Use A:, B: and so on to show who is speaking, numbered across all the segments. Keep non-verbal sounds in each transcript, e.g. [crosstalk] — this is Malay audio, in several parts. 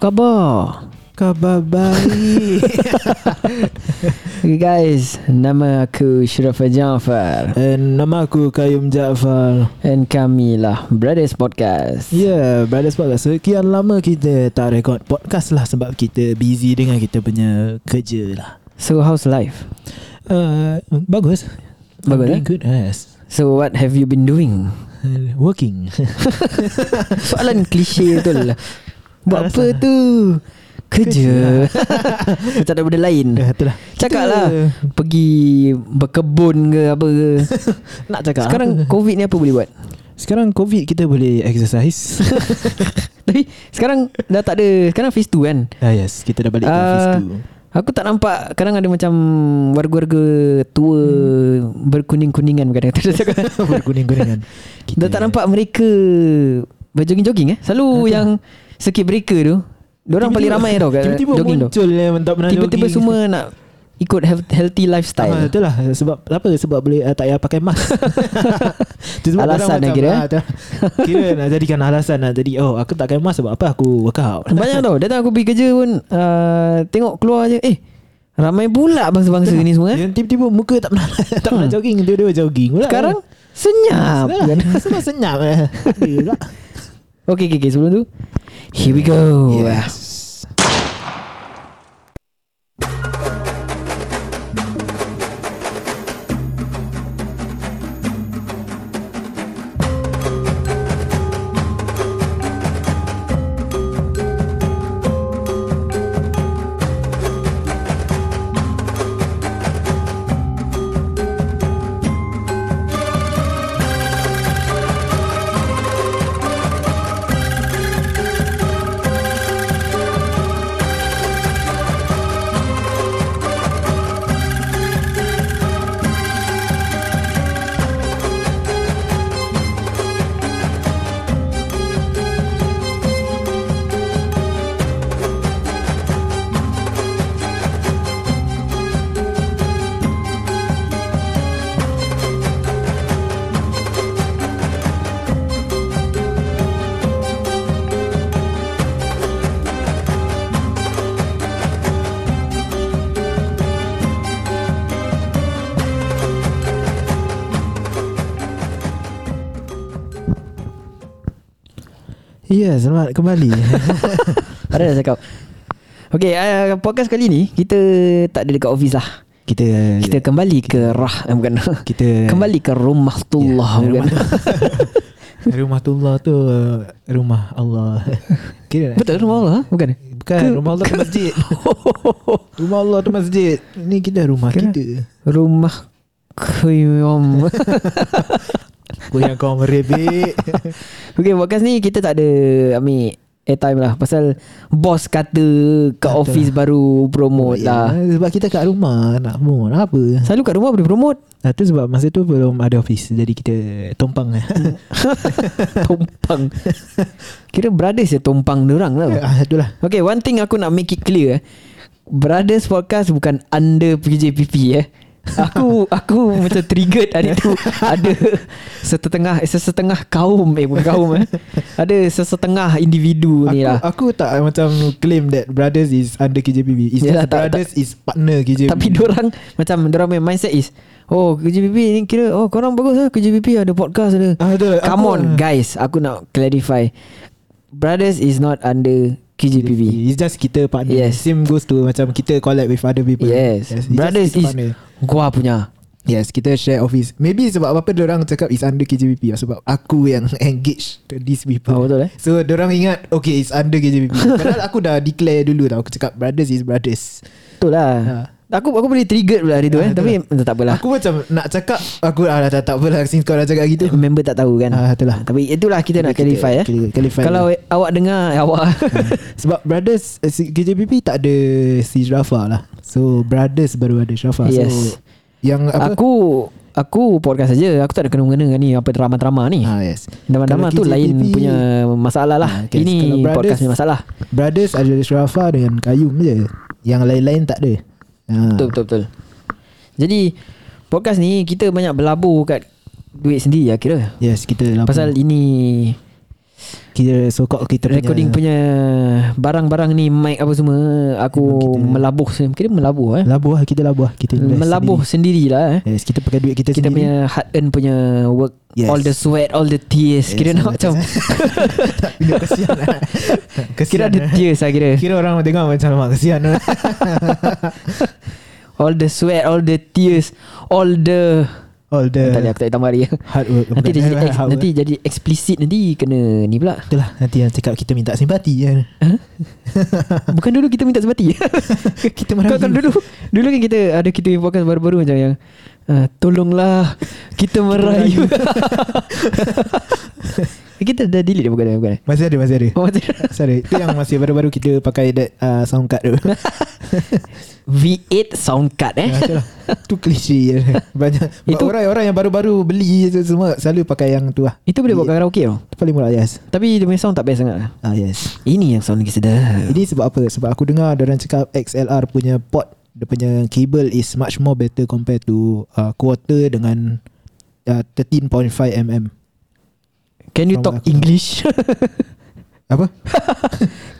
A: khabar?
B: Khabar baik
A: Okay guys, nama aku Syurafah Jaafar
B: [laughs] And nama aku Kayum Jaafar
A: And kami lah Brothers Podcast
B: Ya, yeah, Brothers Podcast Sekian lama kita tak rekod podcast lah Sebab kita busy dengan kita punya kerja lah
A: So how's life?
B: uh, Bagus
A: Bagus, eh?
B: Being good yes.
A: So what have you been
B: [laughs]
A: doing?
B: Uh, [laughs] Working
A: Soalan klise tu lah Buat apa
B: Alasan. lah.
A: tu? [laughs] Kerja Tak ada benda lain
B: Dah itulah
A: Cakap lah Pergi berkebun ke apa ke
B: [laughs] Nak cakap
A: Sekarang
B: apa?
A: covid ni apa boleh buat?
B: Sekarang covid kita boleh
A: [laughs]
B: exercise
A: Tapi sekarang dah tak ada Sekarang phase 2 kan
B: ah, Yes, kita dah balik ke
A: Ah,
B: office tu [laughs]
A: Aku tak nampak Kadang ada macam Warga-warga tua hmm. Berkuning-kuningan kadang [laughs] Dah cakap.
B: Berkuning-kuningan Kita-
A: Dah tak nampak mereka Berjoging-jogging eh Selalu yang Circuit breaker tu Diorang paling ramai tau kat
B: Tiba-tiba
A: jogging tu
B: muncul yang tak pernah
A: Tiba-tiba
B: jogging.
A: semua nak Ikut health- healthy
B: Ah,
A: lifestyle
B: itulah sebab apa sebab boleh uh, tak payah pakai
A: [laughs]
B: mask. Itu sebab
A: Alasan
B: orang
A: dia
B: macam,
A: kira. eh?"
B: ah, dah- kira nak jadikan alasan nak jadi oh aku tak pakai mask sebab apa aku workout.
A: [laughs] Banyak tau Datang aku pergi kerja pun uh, Tengok keluar je Eh Ramai pula bangsa-bangsa ni semua eh.
B: Yang tiba-tiba muka tak pernah [laughs] tak pernah jogging tiba-tiba jogging pula.
A: Hmm. Sekarang Senyap
B: Sekarang
A: [laughs]
B: [laughs]
A: kan?
B: Sebab senyap eh. Ada pula.
A: Okay, okay, okay Sebelum tu Here we go
B: Yes. Ya, selamat kembali.
A: Ada dah cakap Okay uh, Podcast kali ni Kita tak ada dekat office lah
B: [laughs] kita
A: Kita kembali ke Rah eh, Bukan
B: kita
A: Kembali ke rumah tullah
B: Ya,
A: bukan?
B: rumah- [laughs] rumah tullah tu uh, rumah Allah.
A: [laughs] [laughs]
B: Kira lah.
A: Betul rumah Allah ha? Bukan
B: Bukan
A: Ke-
B: rumah Allah tu
A: ke- [laughs]
B: masjid. rumah Allah tu masjid. Ni kita rumah
A: Kira-
B: kita.
A: Rumah
B: [laughs]
A: Kuyum
B: Goyang kau
A: [laughs]
B: merebek.
A: Okay podcast ni Kita tak ada Ambil airtime lah Pasal Bos kata Kat
B: Kata.
A: office baru Promote
B: Ya,
A: lah
B: Sebab kita kat rumah nak mohon apa.
A: Selalu kat rumah boleh
B: [laughs]
A: promote
B: Nah, tu sebab masa tu belum ada office jadi kita
A: [laughs]
B: tumpang. Ya,
A: Tumpang Kira brothers je tumpang lah. orang tau
B: ah itulah.
A: Okay one thing aku nak make it clear eh. Brothers Podcast bukan under PJPP eh Aku [laughs] aku macam triggered hari tu Ada sesetengah eh, sesetengah kaum Eh bukan kaum eh Ada sesetengah individu ni lah
B: Aku, aku tak macam claim that brothers is under KJPB. It's
A: Yalah,
B: Yalah,
A: tak-
B: brothers is partner KJPB.
A: Tapi diorang Macam diorang punya mindset is Oh kerja PP ni kira Oh korang bagus lah Kerja PP ada podcast ada
B: Ah, betul.
A: Come
B: Aku-
A: on guys Aku nak clarify Brothers is not under KJPB
B: It's just kita partner.
A: Yes.
B: Same goes to macam kita collab with other people.
A: Yes,
B: it's just
A: Brothers
B: kita
A: is Gua punya
B: Yes, kita share office. Maybe sebab apa orang cakap is under KJPP lah, sebab aku yang [laughs] engage to these people.
A: Oh, betul, eh?
B: So orang ingat okay it's under
A: [laughs]
B: KJPP. Padahal aku dah declare dulu tau. Aku cakap brothers is brothers.
A: Betul lah Aku aku boleh triggered pula hari tu eh
B: Ah,
A: Tapi tak apalah
B: Aku macam nak cakap aku ah, dah tak, tak apalah since kau dah cakap
A: [laughs]
B: gitu.
A: Member tak tahu kan
B: Ah, itulah.
A: Tapi itulah kita nak
B: Kita
A: clarify eh
B: clear- clarify. Ha.
A: Kalau eh, awak dengar eh, [laughs] Awak
B: [laughs] sebab brothers eh, si- KJPP tak ada si Rafa lah. So brothers baru ada Rafa.
A: Yes.
B: So yang apa?
A: Aku Aku podcast saja Aku tak ada kena-mengena dengan ni Apa drama-drama ni
B: Ah yes.
A: Drama-drama Eh, tu
B: Kalau
A: lain
B: KJPP
A: punya masalah lah
B: Ah, okay.
A: Ini
B: Kalau brothers-
A: podcast punya masalah
B: Brothers ada Syurafa dengan Kayum je Yang lain-lain tak ada ha.
A: Betul betul betul. Jadi podcast ni kita banyak berlabur kat duit sendiri lah kira.
B: Yes kita lapor.
A: Pasal ini
B: Kita sokok kita punya
A: Recording punya Barang-barang ni Mic apa semua Aku
B: Memang kita-
A: melabuh se- Kira melabuh eh
B: Labuh lah Kita labuh lah Kita invest
A: Melabuh
B: sendiri.
A: sendirilah eh
B: Yes, kita pakai duit kita,
A: Kita
B: sendiri
A: punya hard earn punya work
B: Yes.
A: All the sweat All the tears
B: Yes,
A: Kira
B: all the
A: nak macam
B: [laughs] Tak, Kira kesian lah kesian
A: [laughs] Kira ada
B: lah.
A: tears lah kira
B: Kira orang tengok macam Mak kesian
A: [laughs]
B: lah
A: All the sweat All the tears All the Eh,
B: All the
A: Tak boleh aku tak boleh tambah
B: [laughs]
A: hari
B: Hard work
A: Nanti dia
B: Bukan
A: jadi
B: hard
A: ex,
B: work.
A: Nanti jadi explicit Nanti kena ni
B: [laughs]
A: pula
B: Itulah nanti yang cakap kita minta simpati kan.
A: Bukan dulu kita minta sebati
B: [laughs] kita
A: Kau kan dulu Dulu kan kita Ada kita punya podcast baru-baru macam yang uh, Tolonglah Kita merayu [laughs] Kita dah delete dia bukan eh?
B: [laughs]
A: Bukan eh?
B: Masih ada masih ada.
A: Oh, macam
B: Sorry, itu yang masih baru-baru kita pakai that uh,
A: [laughs]
B: sound card tu.
A: V8 sound card eh
B: Ya, itulah. Itu klise je. Banyak
A: Itu-
B: orang-orang yang baru-baru beli tu semua selalu pakai yang tu lah.
A: Itu boleh buat karaoke tau
B: Itu paling murah yes.
A: Tapi dia punya sound tak best sangat
B: Ah yes.
A: Ini yang sound lagi sedap
B: Ini sebab apa? Sebab aku dengar orang cakap XLR punya port dia punya cable is much more better compared to uh, quarter dengan uh, 13.5 mm.
A: Can you
B: From
A: talk
B: aku.
A: English [laughs]
B: Apa?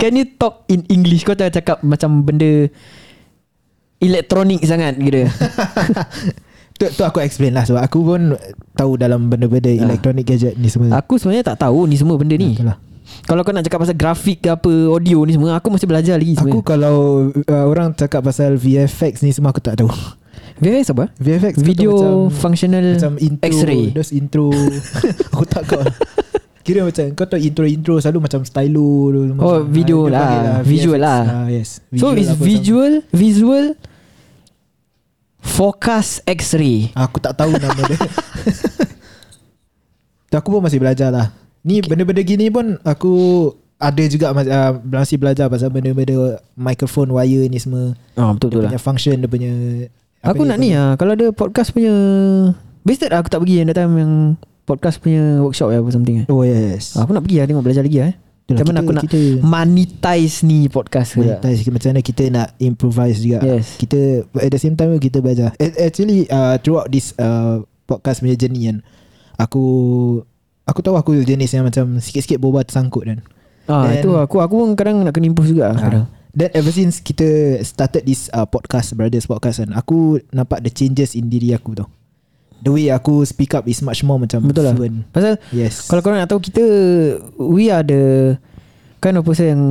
A: Can you talk in English Kau tak cakap macam benda Elektronik sangat kira
B: Hmm. Tu, tu aku explain lah sebab aku pun tahu dalam benda-benda
A: Ah.
B: electronic gadget ni semua. lah.
A: Aku sebenarnya tak tahu ni semua benda ni
B: Itulah.
A: Kalau kau nak cakap pasal grafik ke apa Audio ni semua Aku masih belajar lagi
B: Aku
A: sebenarnya
B: kalau uh, orang cakap pasal VFX ni semua aku tak tahu. [laughs]
A: VFX apa?
B: VFX kau
A: Video
B: tahu
A: functional
B: macam intro,
A: X-ray.
B: those intro. [laughs] aku tak kau. Kira macam kau tahu intro-intro selalu macam stylo dulu
A: Oh, video lah. Visual lah.
B: Ah, yes.
A: So it's
B: apa
A: visual Visual Forecast X-ray
B: sama. Aku tak tahu nama
A: [laughs]
B: dia. Tu aku pun masih belajar lah. Ni benda-benda gini pun aku ada juga mas- ah, masih belajar pasal benda-benda microphone wire ni semua.
A: Ah Betul-betul
B: Dia
A: lah
B: punya function dia punya apa
A: Aku
B: dia
A: nak
B: panggil?
A: ni lah Kalau ada podcast punya Wasted lah aku tak pergi Yang datang yang Podcast punya workshop ya Apa something eh.
B: Oh yes.
A: Aku nak pergi lah Tengok belajar lagi lah eh.
B: Itulah,
A: Macam mana
B: kita-
A: aku nak
B: kita
A: Monetize ni podcast ke tak?
B: monetize macam mana kita nak improvise juga.
A: Yes.
B: Kita at the same time kita belajar. A- Actually uh, throughout this uh, podcast punya journey kan aku aku tahu aku jenis yang macam sikit-sikit boba tersangkut kan.
A: Ah,
B: Then- Ah,
A: itu aku aku pun kadang nak kena improve juga lah, kadang.
B: Then ever since kita started this uh, podcast Brothers Podcast kan Aku nampak the changes in diri aku tau The way aku speak up is much more macam
A: Betul lah.
B: fluent
A: Pasal
B: Yes
A: Kalau korang nak tahu kita We are the Kind of person yang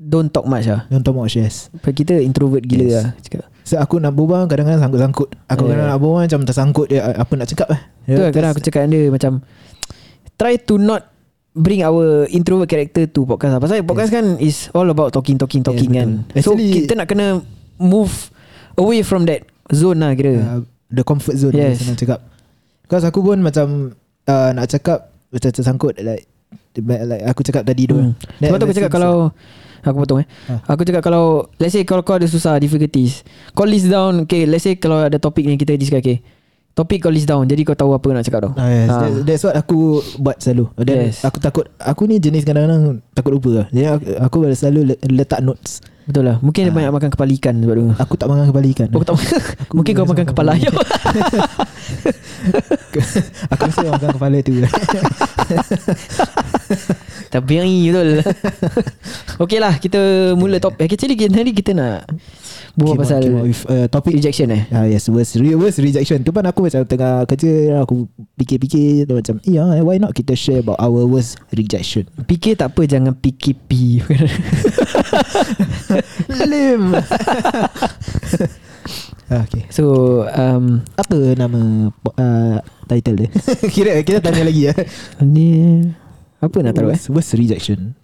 A: Don't talk much lah
B: Don't talk much yes
A: Pasal Kita introvert gila
B: Yes.
A: yes. lah cakap.
B: So aku nak berbual kadang-kadang sangkut-sangkut. Aku
A: Yeah.
B: kadang nak berbual macam tersangkut je apa nak cakap eh.
A: Tu lah kadang aku cakap dengan dia macam Try to not Bring our introvert character to podcast lah Pasal podcast kan is all about talking talking talking
B: betul.
A: kan
B: Actually-
A: So kita nak kena move away from that zone lah kira
B: uh, the comfort zone
A: Yes.
B: yes. nak cakap. Because aku pun macam uh, nak cakap macam tersangkut like like aku cakap tadi tu.
A: Hmm.
B: Then
A: Sebab tu aku
B: ever
A: cakap
B: since-
A: kalau Aku potong eh
B: Ah.
A: Aku cakap kalau Let's say kalau kau ada susah Difficulties Kau list down Okay let's say kalau ada topik ni Kita discuss okay Topik kau list down Jadi kau tahu apa nak cakap tau
B: Ah, yes.
A: Ah.
B: That, that's what aku buat selalu Then
A: Yes.
B: yes. aku takut Aku ni jenis kadang-kadang Takut lupa lah. Jadi aku, aku selalu le- letak notes
A: Betul lah Mungkin dia
B: Ah.
A: banyak makan kepala ikan sebab tu
B: Aku tak makan kepala ikan
A: Aku Oh, tak [laughs] Mungkin kau
B: rasa
A: makan
B: makan
A: kepala ayam
B: [laughs] Aku rasa makan kepala
A: [laughs]
B: tu
A: Tapi yang ini [laughs] betul Okay lah Kita mula topik Actually kita- hari kita nak Buat
B: Came out-
A: pasal
B: came out with, uh, Topic
A: Rejection eh
B: Ah yes, worst, re- worst rejection. Tu pun aku macam tengah kerja, aku fikir-fikir tu macam, yeah, why not kita share about our worst rejection.
A: Fikir tak apa Jangan [laughs] PKP
B: Lim. Ah, okay.
A: So um,
B: Apa nama uh, title dia? [laughs] kira kita tanya lagi ya.
A: Ni Apa nak taruh eh
B: worst, worst rejection.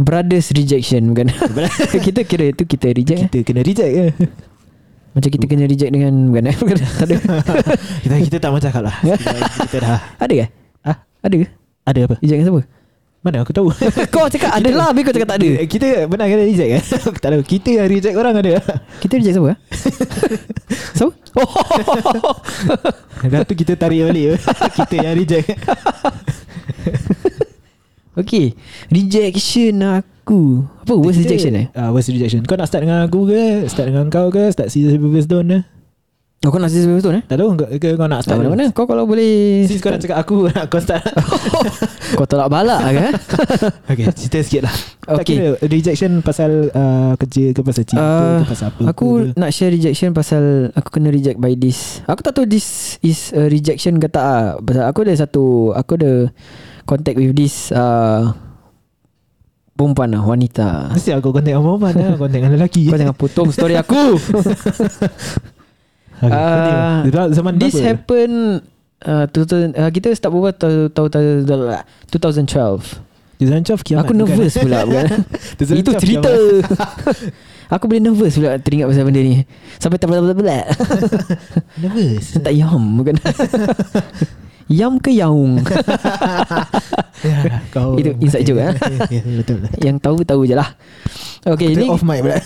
A: Brothers rejection bukan [laughs] Kita kira itu kita reject kita.
B: Kita kena reject
A: [laughs]
B: ke?
A: Macam kita kena reject dengan Bukan eh bukan, Tak ada
B: kita kita tak macam cakap lah.
A: Ya.
B: kita dah
A: Ada ke?
B: Ah?
A: Ada ke?
B: ada apa?
A: Reject dengan siapa?
B: Mana aku tahu.
A: [laughs] kau cakap ada lah Habis kau cakap tak ada
B: Kita benar kena reject kan? [laughs] aku tak tahu. Kita yang reject orang ada. [laughs]
A: Kita reject [laughs] siapa? ah? siapa? [laughs] Oh.
B: Dah tu kita tarik balik eh? [laughs] Kita yang reject
A: Okay Rejection aku Apa worst
B: Ah,
A: rejection eh?
B: uh, Worst rejection Kau nak start dengan aku ke Start dengan kau ke Start scissors paper stone ke
A: Oh, kau nak season betul eh?
B: Tak tahu kau, kau, kau
A: Tak
B: nak start
A: mana-mana Kau kalau boleh
B: Since kau nak cakap aku [laughs] nak kau start
A: [laughs] Kau tolak balak kan?
B: Okay [laughs] cerita sikit lah Tak
A: Okay.
B: kira rejection pasal uh, kerja ke pasal cinta
A: Ah,
B: ke pasal apa
A: Aku
B: ke.
A: nak share rejection pasal Aku kena reject by this Aku tak tahu this is a rejection ke tak lah. Pasal aku ada satu Aku ada contact with this uh, Perempuan lah wanita
B: Mesti aku contact dengan perempuan lah Contact dengan lelaki
A: Kau jangan potong story aku
B: okay,
A: Ah,
B: continue. Zaman- Zaman
A: This
B: berapa?
A: happen uh, 2000, uh, Kita start berbual tahun tahun- tahun- 2012
B: Zaman 12 kiamat
A: Aku nervous pula bukan? [laughs]
B: Zaman
A: Itu
B: 12
A: cerita
B: kiamat.
A: [laughs] Aku boleh nervous pula Teringat pasal benda ni Sampai tak berat-berat [laughs]
B: Nervous
A: Tak yam bukan Yam ke yaung [laughs]
B: Ya, kau
A: Itu inside joke, [laughs] eh?
B: Ya, ya, Betul
A: Yang tahu tahu je lah Okay
B: Ini
A: ini
B: off [laughs] mic pula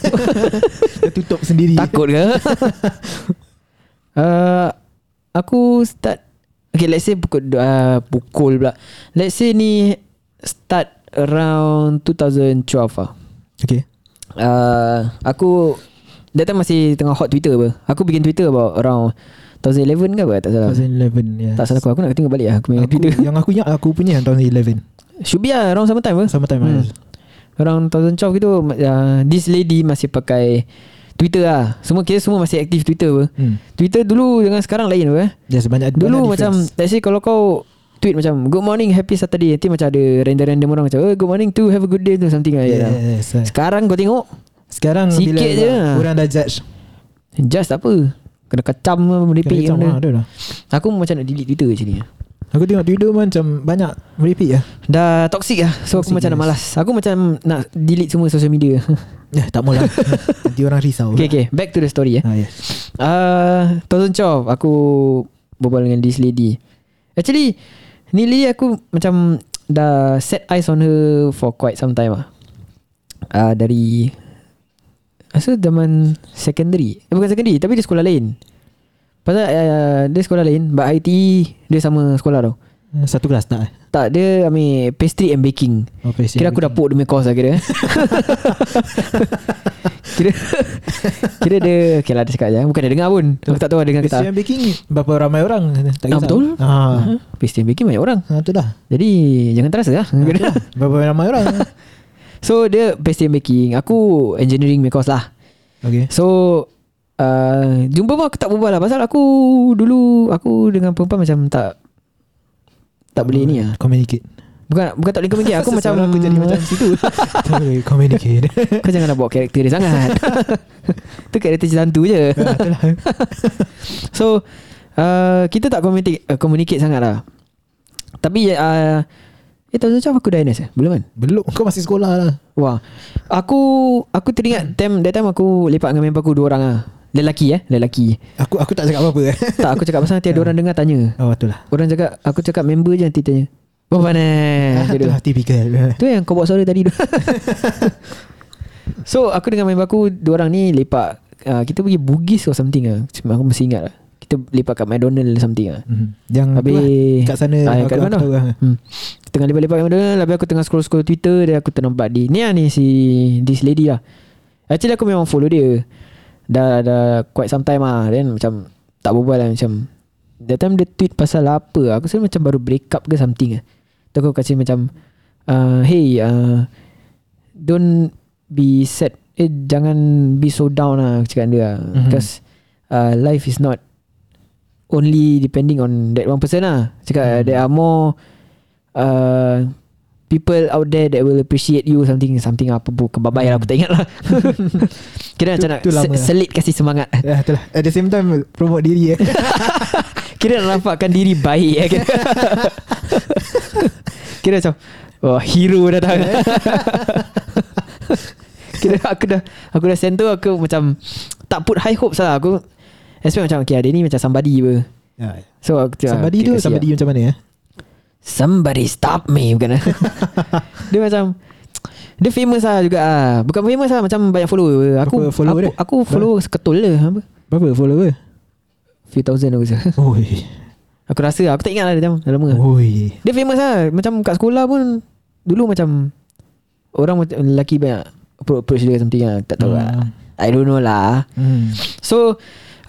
B: Dia tutup sendiri
A: Takut ke uh, Aku start Okay let's say pukul uh, Pukul pula Let's say ni Start around 2012 lah
B: Okay
A: uh, Aku That time masih tengah hot Twitter apa Aku bikin Twitter about around 2011 ke apa tak salah
B: 2011
A: Uh,
B: yes.
A: Tak salah aku Aku nak tengok balik lah Aku punya
B: ya. aku, ya.
A: Twitter
B: Yang aku ingat Aku punya yang tahun
A: [laughs]
B: 11
A: Should be lah around sama time apa
B: Sama time
A: Hmm.
B: hmm.
A: Around 2012 gitu uh, This lady masih pakai Twitter lah Semua kita semua masih aktif Twitter apa
B: hmm.
A: Twitter dulu dengan sekarang lain apa eh?
B: Yes banyak
A: Dulu
B: banyak
A: macam
B: difference.
A: Let's say kalau kau Tweet macam Good morning happy Saturday Nanti macam ada random-random orang macam oh, Good morning to have a good day tu Something like that lah.
B: Yes, yes.
A: Sekarang kau tengok
B: Sekarang
A: Sikit
B: bila
A: je.
B: Orang dah judge
A: Just tak apa Kena kacam lah, Merepek
B: Kena
A: kena
B: macam, ah, ada dah.
A: Aku macam nak delete Twitter actually
B: Aku tengok Twitter pun macam Banyak meripik lah
A: Dah toxic lah So aku
B: Toxic,
A: macam nak
B: yes.
A: malas Aku macam nak delete semua social media [laughs]
B: Ya tak maulah [laughs] Nanti orang risau
A: Eh, Okay okay Back to the story eh
B: Ah, yes.
A: Ah, uh, 2012 aku berbual dengan this lady. Actually, ni lady aku macam dah set eyes on her for quite some time ah. Ah uh, dari Rasa zaman secondary eh, Bukan secondary Tapi dia sekolah lain Pasal uh, Dia sekolah lain But ITE Dia sama sekolah tau
B: Satu kelas tak eh?
A: Tak dia ambil Pastry and baking
B: Oh, pastry
A: Kira
B: and
A: aku dah poke dia punya course lah kira [laughs] eh. Kira Kira dia Okay lah dia cakap je Bukan dia dengar pun Aku tak tahu dia dengar ke tak
B: Pastry and baking Berapa ramai orang Tak
A: Ah,
B: kisah
A: betul.
B: ah.
A: Ha, Pastry and baking banyak orang
B: Ha, Itu dah
A: Jadi Jangan terasa lah
B: Itulah. Ah, Berapa ramai orang
A: [laughs] So dia pastry and baking Aku engineering punya course lah
B: Okay
A: So uh, Jumpa pun aku tak berbual lah Pasal aku Dulu Aku dengan perempuan macam tak Tak boleh ni lah
B: Communicate [laughs]
A: Bukan bukan tak boleh communicate Aku macam
B: Seseorang aku jadi
A: [laughs]
B: macam situ Tak boleh communicate [laughs]
A: Kau jangan nak bawa karakter dia sangat Itu karakter cerita hantu je
B: Ah, Itulah
A: [laughs] So uh, Kita tak communicate, uh, communicate sangat lah Tapi uh, Eh tahun macam aku dah NS eh? Belum kan?
B: Belum Kau masih sekolah lah
A: Wah Aku Aku teringat time, That time aku lepak dengan member aku Dua orang lah Lelaki eh Lelaki
B: Aku aku tak
A: [laughs]
B: cakap apa-apa eh.
A: Tak aku cakap pasal nanti ada orang dengar tanya
B: Oh betul lah
A: Orang cakap Aku cakap member je nanti tanya Oh, Berapa ni
B: ah,
A: Macam tu.
B: Itulah typical [laughs]
A: Tu yang kau buat suara tadi tu [laughs] So aku dengan member aku Dua orang ni lepak uh, Kita pergi Bugis or something lah Cuma aku masih ingat lah Kita lepak kat McDonald or something lah
B: Mhm. Yang tu
A: Habis
B: lah, Kat sana
A: ah,
B: aku-
A: kat
B: aku
A: mana?
B: tahu lah.
A: Hmm. Tengah lepak-lepak kat McDonald Habis aku tengah scroll-scroll Twitter Dan aku ternampak di Ni lah ni si This lady lah Actually aku memang follow dia Dah dah quite some time lah Then macam Tak berbual lah macam That time dia tweet pasal apa Aku rasa macam baru break up ke something lah Tu aku kasi macam uh, Hey uh, Don't be sad Eh jangan be so down lah Aku cakap dengan dia lah
B: Mhm.
A: Because uh, Life is not Only depending on That one person lah Cakap uh,
B: Hmm.
A: there are more uh, People out there That will appreciate you Something Something apa bu, Kebabai lah Aku tak ingat lah [laughs] Kira macam
B: Tu-
A: nak
B: tu
A: se-
B: lama lah.
A: Selit kasih semangat [laughs]
B: Ya, itulah. At the same time Promote diri eh.
A: Kira nak nampakkan diri baik eh. Kira, [laughs] kira macam Wah hero datang [laughs] Kira aku dah Aku dah send tu Aku macam Tak put high hopes lah Aku Expect macam Okay dia ni macam somebody apa
B: Ya.
A: So aku cakap, okay,
B: Somebody tu
A: kasi lah.
B: Somebody macam mana eh?
A: Somebody stop me Bukan eh? [laughs] Dia macam Dia famous lah juga ah. Bukan famous lah Macam banyak follower Aku
B: Berapa follower
A: aku,
B: dia?
A: aku follow seketul lah Apa
B: Berapa follower
A: Few thousand aku rasa [laughs]
B: Oi
A: Aku rasa Aku tak ingat lah dia macam Dah lama
B: Oi
A: Dia famous lah Macam kat sekolah pun Dulu macam Orang macam lelaki banyak appro- lah. Approach dia something lah Tak tahu lah
B: Hmm.
A: I don't know lah
B: Hmm.
A: So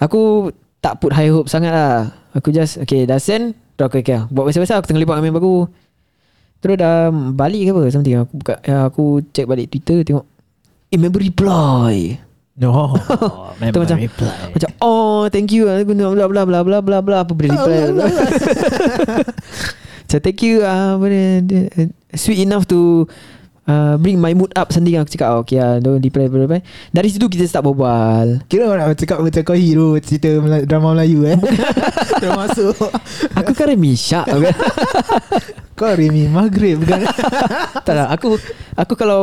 A: Aku tak put high hope sangat lah Aku just Okay dah send Terus aku okay, Buat biasa-biasa aku tengah lepak dengan member aku Terus dah balik ke apa Something Aku buka ya, Aku check balik Twitter Tengok Eh member reply
B: [laughs] No
A: Tu macam reply. Macam oh thank you Aku nak bla bla bla bla bla bla Apa boleh reply [laughs] Macam thank you uh, apa dia, dia, eh, Sweet enough to uh, Bring my mood up Sendiri aku cakap oh, Okay lah Don't reply, reply, reply Dari situ kita start berbual
B: Kira orang nak cakap macam kau hero Cerita Mela- drama Melayu [laughs] eh Termasuk
A: Aku kan Remy Syak aku kan.
B: Kau Remy Maghrib bukan
A: Tak lah Aku Aku kalau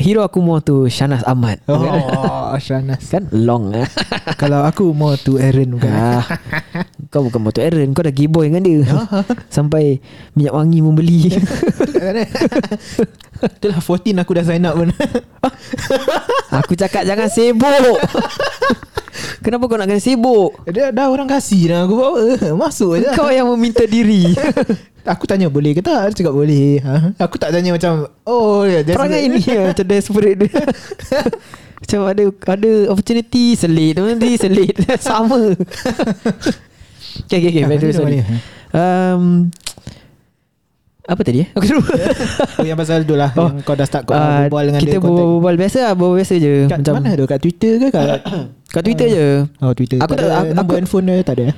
A: Hero aku more tu Shanas Ahmad Kan?
B: [laughs] Oh Shanas
A: Kan long lah
B: Kalau aku more to Aaron bukan
A: ah, Kau bukan motor Aaron Kau dah gayboy dengan dia Sampai Minyak wangi membeli
B: eh? Itulah 14 aku dah sign up [laughs] pun
A: Aku cakap jangan sibuk Kenapa kau nak kena sibuk
B: Dah, dah orang kasih dah aku buat apa Masuk je lah.
A: Kau yang meminta diri
B: Aku tanya boleh ke tak Dia cakap boleh ha? Aku tak tanya macam Oh ya yeah,
A: Perangai ini ya, Macam desperate dia
B: [laughs]
A: Macam ada Ada opportunity Selit Nanti selit [laughs] Sama Okay okay okay
B: Ah,
A: Back to
B: mana,
A: sorry
B: mana?
A: um, Apa tadi eh Aku lupa
B: Oh yang pasal tu lah
A: Oh.
B: Yang kau dah start kau
A: Ah,
B: berbual dengan
A: Kita
B: dia contact.
A: berbual biasa lah Berbual biasa je
B: Kat
A: Macam
B: mana tu Kat Twitter ke kat
A: Kat Twitter je
B: [coughs] Oh Twitter
A: Aku tak-
B: ada
A: aku-
B: Number
A: aku-
B: and phone dia tak ada eh?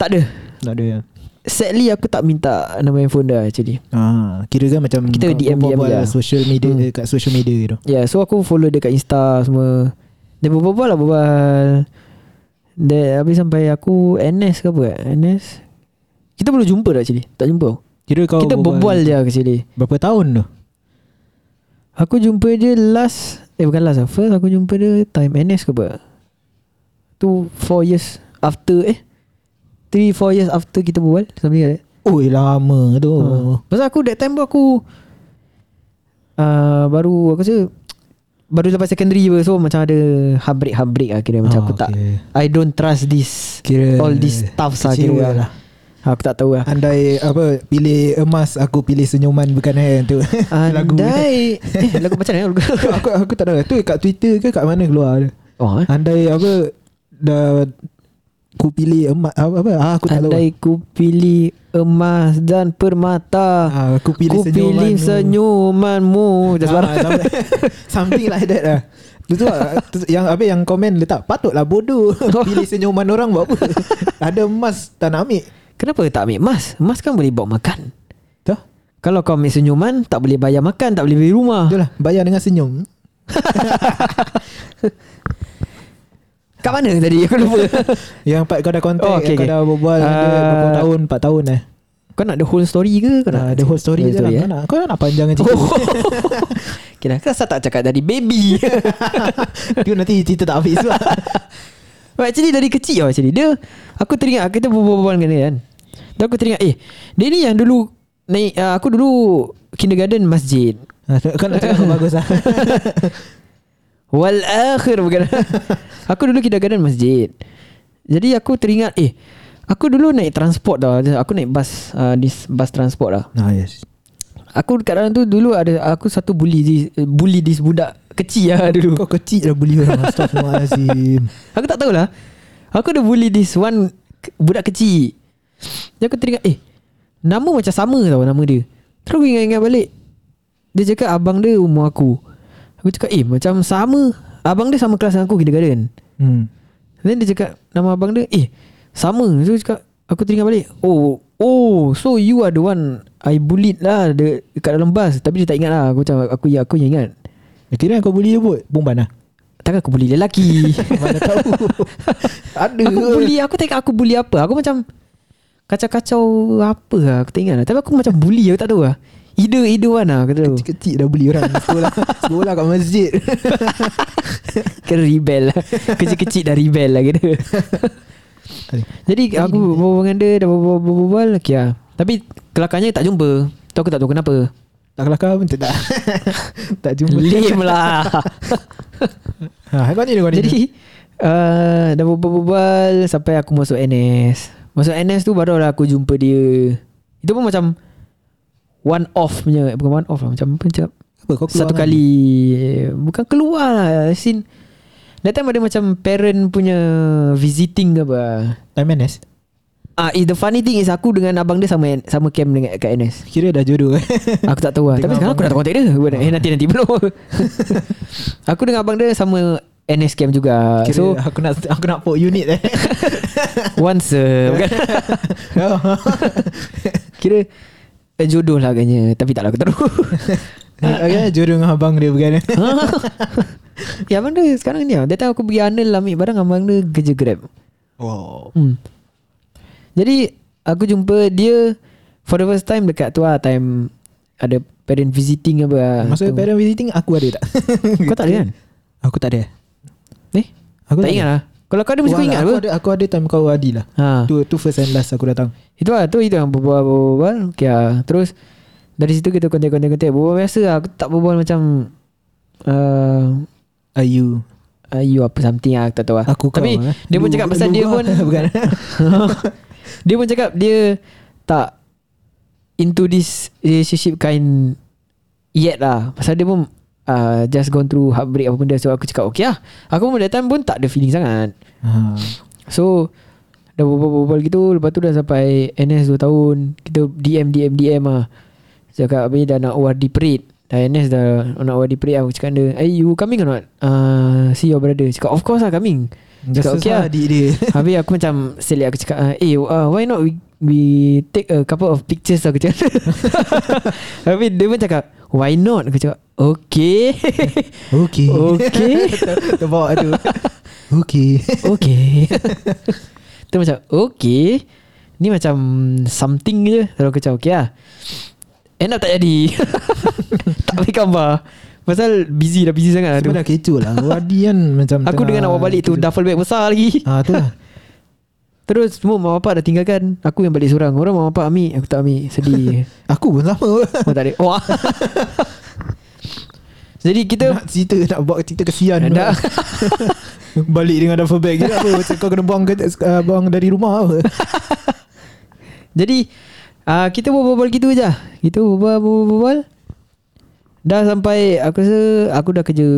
A: Tak ada
B: Tak ada ya.
A: Sadly aku tak minta Nama handphone dia actually
B: Ah, kira kan macam
A: Kita
B: kau-
A: DM
B: kau berbual
A: je lah.
B: social media
A: Hmm.
B: eh, kat social media tu.
A: Yeah so aku follow dia kat Insta semua Dia berbual lah berbual Then habis sampai aku NS ke apa eh? NS Kita belum jumpa dah actually Tak jumpa
B: Kira kau
A: Kita berbual je actually
B: berapa tahun tu?
A: Aku jumpa dia last Eh bukan last lah First aku jumpa dia Time NS ke apa Tu 4 years After eh 3-4 years after kita berbual Something like that
B: Oi lama tu.
A: Oh. Pasal aku that time pun aku uh, Baru aku rasa Baru lepas secondary pun So macam ada Habrik-habrik lah kira Macam
B: Ah,
A: aku tak
B: okay.
A: I don't trust this
B: Kira
A: All these stuff lah
B: kecewa
A: kira
B: lah.
A: lah. Aku tak tahu lah
B: Andai apa pilih emas aku pilih senyuman bukan eh tu. [laughs] [laughs] lagu.
A: Andai [laughs] eh, Lagu macam mana
B: [laughs]
A: lagu?
B: aku aku tak tahu tu kat Twitter ke kat mana keluar dia.
A: oh, eh?
B: Andai apa dah ku pilih emas apa, apa? Ah, aku tak
A: Andai ku pilih emas dan
B: tahu.
A: permata
B: Ah, aku pilih
A: Ku pilih senyumanmu Dah
B: Ah,
A: sembarang [laughs]
B: something, something like that lah. Tu tu lah tu- yang apa yang komen letak
A: [laughs]
B: patutlah bodoh pilih senyuman orang buat apa. Ada emas tak nak ambil.
A: Kenapa tak ambil emas? Emas kan boleh bawa makan
B: Tuh.
A: Kalau kau ambil senyuman Tak boleh bayar makan Tak boleh beli rumah
B: Itulah bayar dengan senyum.
A: Kat mana tadi Aku lupa
B: Yang part kau dah contact
A: Oh, okay,
B: kau
A: okay.
B: dah berbual uh, dia
A: Ah.
B: berapa tahun 4 tahun eh.
A: [laughs] Kau nak the whole story ke Kau nak
B: Nah, the whole story je lah. Kau nak, kau nak panjang cerita.
A: eh?
B: [laughs]
A: Oh. [laughs] Kira aku rasa tak cakap dari [laughs] baby
B: Tu nanti cerita tak habis lah.
A: [laughs] But actually dari kecil tau actually Dia Aku teringat Kita berbual-bual dengan dia kan Dan aku teringat Eh Dia ni yang dulu Naik uh, Aku dulu Kindergarten masjid
B: Ah, kau nak [laughs] cakap kau bagus lah.
A: Wal akhir bukan [laughs] Aku dulu kindergarten masjid Jadi aku teringat Eh Aku dulu naik transport tau Aku naik bus uh, This bus transport lah
B: Nah, yes.
A: Aku dekat dalam tu dulu ada Aku satu bully this, Bully this budak Kecil lah dulu
B: Kau kecil dah bully orang Astaghfirullahalazim.
A: [laughs] Aku tak tahulah Aku ada bully this one ke- Budak kecil Jadi aku teringat Eh Nama macam sama tau nama dia Terus aku ingat-ingat balik Dia cakap abang dia umur aku Aku cakap eh macam sama Abang dia sama kelas dengan aku kindergarten
B: Hmm.
A: Then dia cakap Nama abang dia Eh sama So dia cakap Aku teringat balik Oh Oh So you are the one I bullied lah de- Dekat dalam bas Tapi dia tak ingat lah Aku macam Aku, aku, aku yang ingat
B: Eh, Kira kau bully dia pun perempuan lah.
A: Takkan aku bully lelaki
B: [laughs]
A: [laughs]
B: Mana tahu. Ada.
A: Aku
B: ke?
A: bully Aku tak ingat aku bully apa Aku macam Kacau-kacau Apa lah Aku tak ingat lah Tapi aku macam bully Aku tak tahu lah Either, either one lah Aku tak tahu
B: Kecil-kecil dah bully orang
A: [laughs]
B: Sekolah Sekolah kat masjid
A: Kena rebel lah [laughs] Kecil-kecil dah rebel lah kira Jadi aku berbual dengan dia Dah berbual-berbual Okay lah Tapi kelakarnya tak jumpa Tu aku tak tahu kenapa
B: Tak kelakar pun tak [laughs] Tak jumpa
A: Lame
B: [laughs]
A: lah
B: ha, Kau ni dia kau ni
A: Jadi uh, Dah berbual-berbual Sampai aku masuk NS Masuk NS tu barulah aku jumpa dia Itu pun macam One off punya Bukan one off lah Macam apa cakap
B: Apa kau keluar kan?
A: Satu
B: dengan-
A: kali Bukan keluar lah As in That time ada macam parent punya visiting ke apa.
B: MNS
A: Ah, eh, the funny thing is aku dengan abang dia sama sama camp dengan kat NS.
B: Kira dah
A: [laughs]
B: jodoh eh.
A: Aku tak tahu lah Tapi
B: Tengok
A: sekarang aku dah
B: abang Ah.
A: tak contact dia Aku nak, Eh nanti nanti belum [laughs] Aku dengan abang dia sama NS camp juga
B: Kira
A: So
B: aku nak aku nak pok unit eh.
A: [laughs] once
B: [laughs]
A: uh, bukan, Kira eh, Jodoh lah agaknya Tapi taklah aku
B: [laughs]
A: tahu
B: Okay, jodoh dengan abang dia bukan eh.
A: Ya abang dia sekarang ni lah. That time aku pergi Anil ambil barang Abang dia kerja grab
B: Wow.
A: hmm. Jadi Aku jumpa dia For the first time dekat tu lah Time Ada parent visiting apa lah. Tu.
B: Masa parent visiting aku ada tak?
A: Kau tak ada kan
B: Aku tak ada.
A: Eh
B: Aku
A: Tak
B: tak
A: ingat lah Kalau kau ada mesti
B: Wah
A: kau
B: lah,
A: ingat
B: aku
A: apa
B: ada, aku ada time kau Adi lah.
A: Ha.
B: Tu tu first and last aku datang.
A: Itu lah tu itu yang berbual-berbual okay, lah. Terus dari situ kita kontak-kontak-kontak Berbual biasa lah. Aku tak berbual macam uh,
B: Are you?
A: uh, You apa something lah Aku tak tahu lah
B: Aku
A: Tapi
B: kau, eh.
A: dia pun
B: Lu-
A: cakap pasal
B: lu
A: dia
B: kau,
A: pun
B: [laughs] bukan.
A: [laughs] Dia pun cakap dia Tak Into this relationship kind Yet lah Pasal dia pun uh, Just gone through heartbreak apa benda So aku cakap okay lah Aku pun that time pun tak ada feeling sangat
B: Ha.
A: So Dah berbual-bual gitu Lepas tu dah sampai NS 2 tahun Kita DM DM DM lah Cakap habis dah nak ORD parade Dah NS dah nak ORD parade Aku cakap dengan dia Hey you coming or not? Uh, see your brother Cakap of course lah coming [laughs]
B: Just
A: Cakap okay
B: susah
A: lah
B: adik dia.
A: Habis aku macam Selit aku cakap ah, Eh uh, why not we We take a couple of pictures lah," Aku cakap [laughs] Habis dia pun cakap Why not? Aku cakap Okay [laughs]
B: Okay. [laughs]
A: Okay.
B: Ter- Terbawa tu. Okay.
A: [laughs] Okay [laughs] Tu macam Okay Ni macam Something je Terus aku macam Okay lah End up tak jadi [laughs] Tak ambil gambar Pasal busy dah busy sangat lah tu
B: Sebab dah kecoh
A: [laughs]
B: lah. Wadi kan macam
A: Aku dengan nak bawa balik tu Duffel bag besar
B: [laughs]
A: lagi
B: Ah tu lah.
A: Terus semua mak bapak dah tinggalkan Aku yang balik seorang Orang mak bapak ambil Aku tak ambil Sedih
B: Aku pun sama
A: Oh tak ada oh. ah. Jadi kita
B: Nak cerita Nak buat cerita kesian
A: Dah.
B: [laughs] Balik dengan duffel bag Kira apa Macam Kau kena buang ke, uh, Buang dari rumah apa
A: Jadi uh, Kita berbual-bual gitu je lah. Kita berbual-bual Dah sampai Aku rasa Aku dah kerja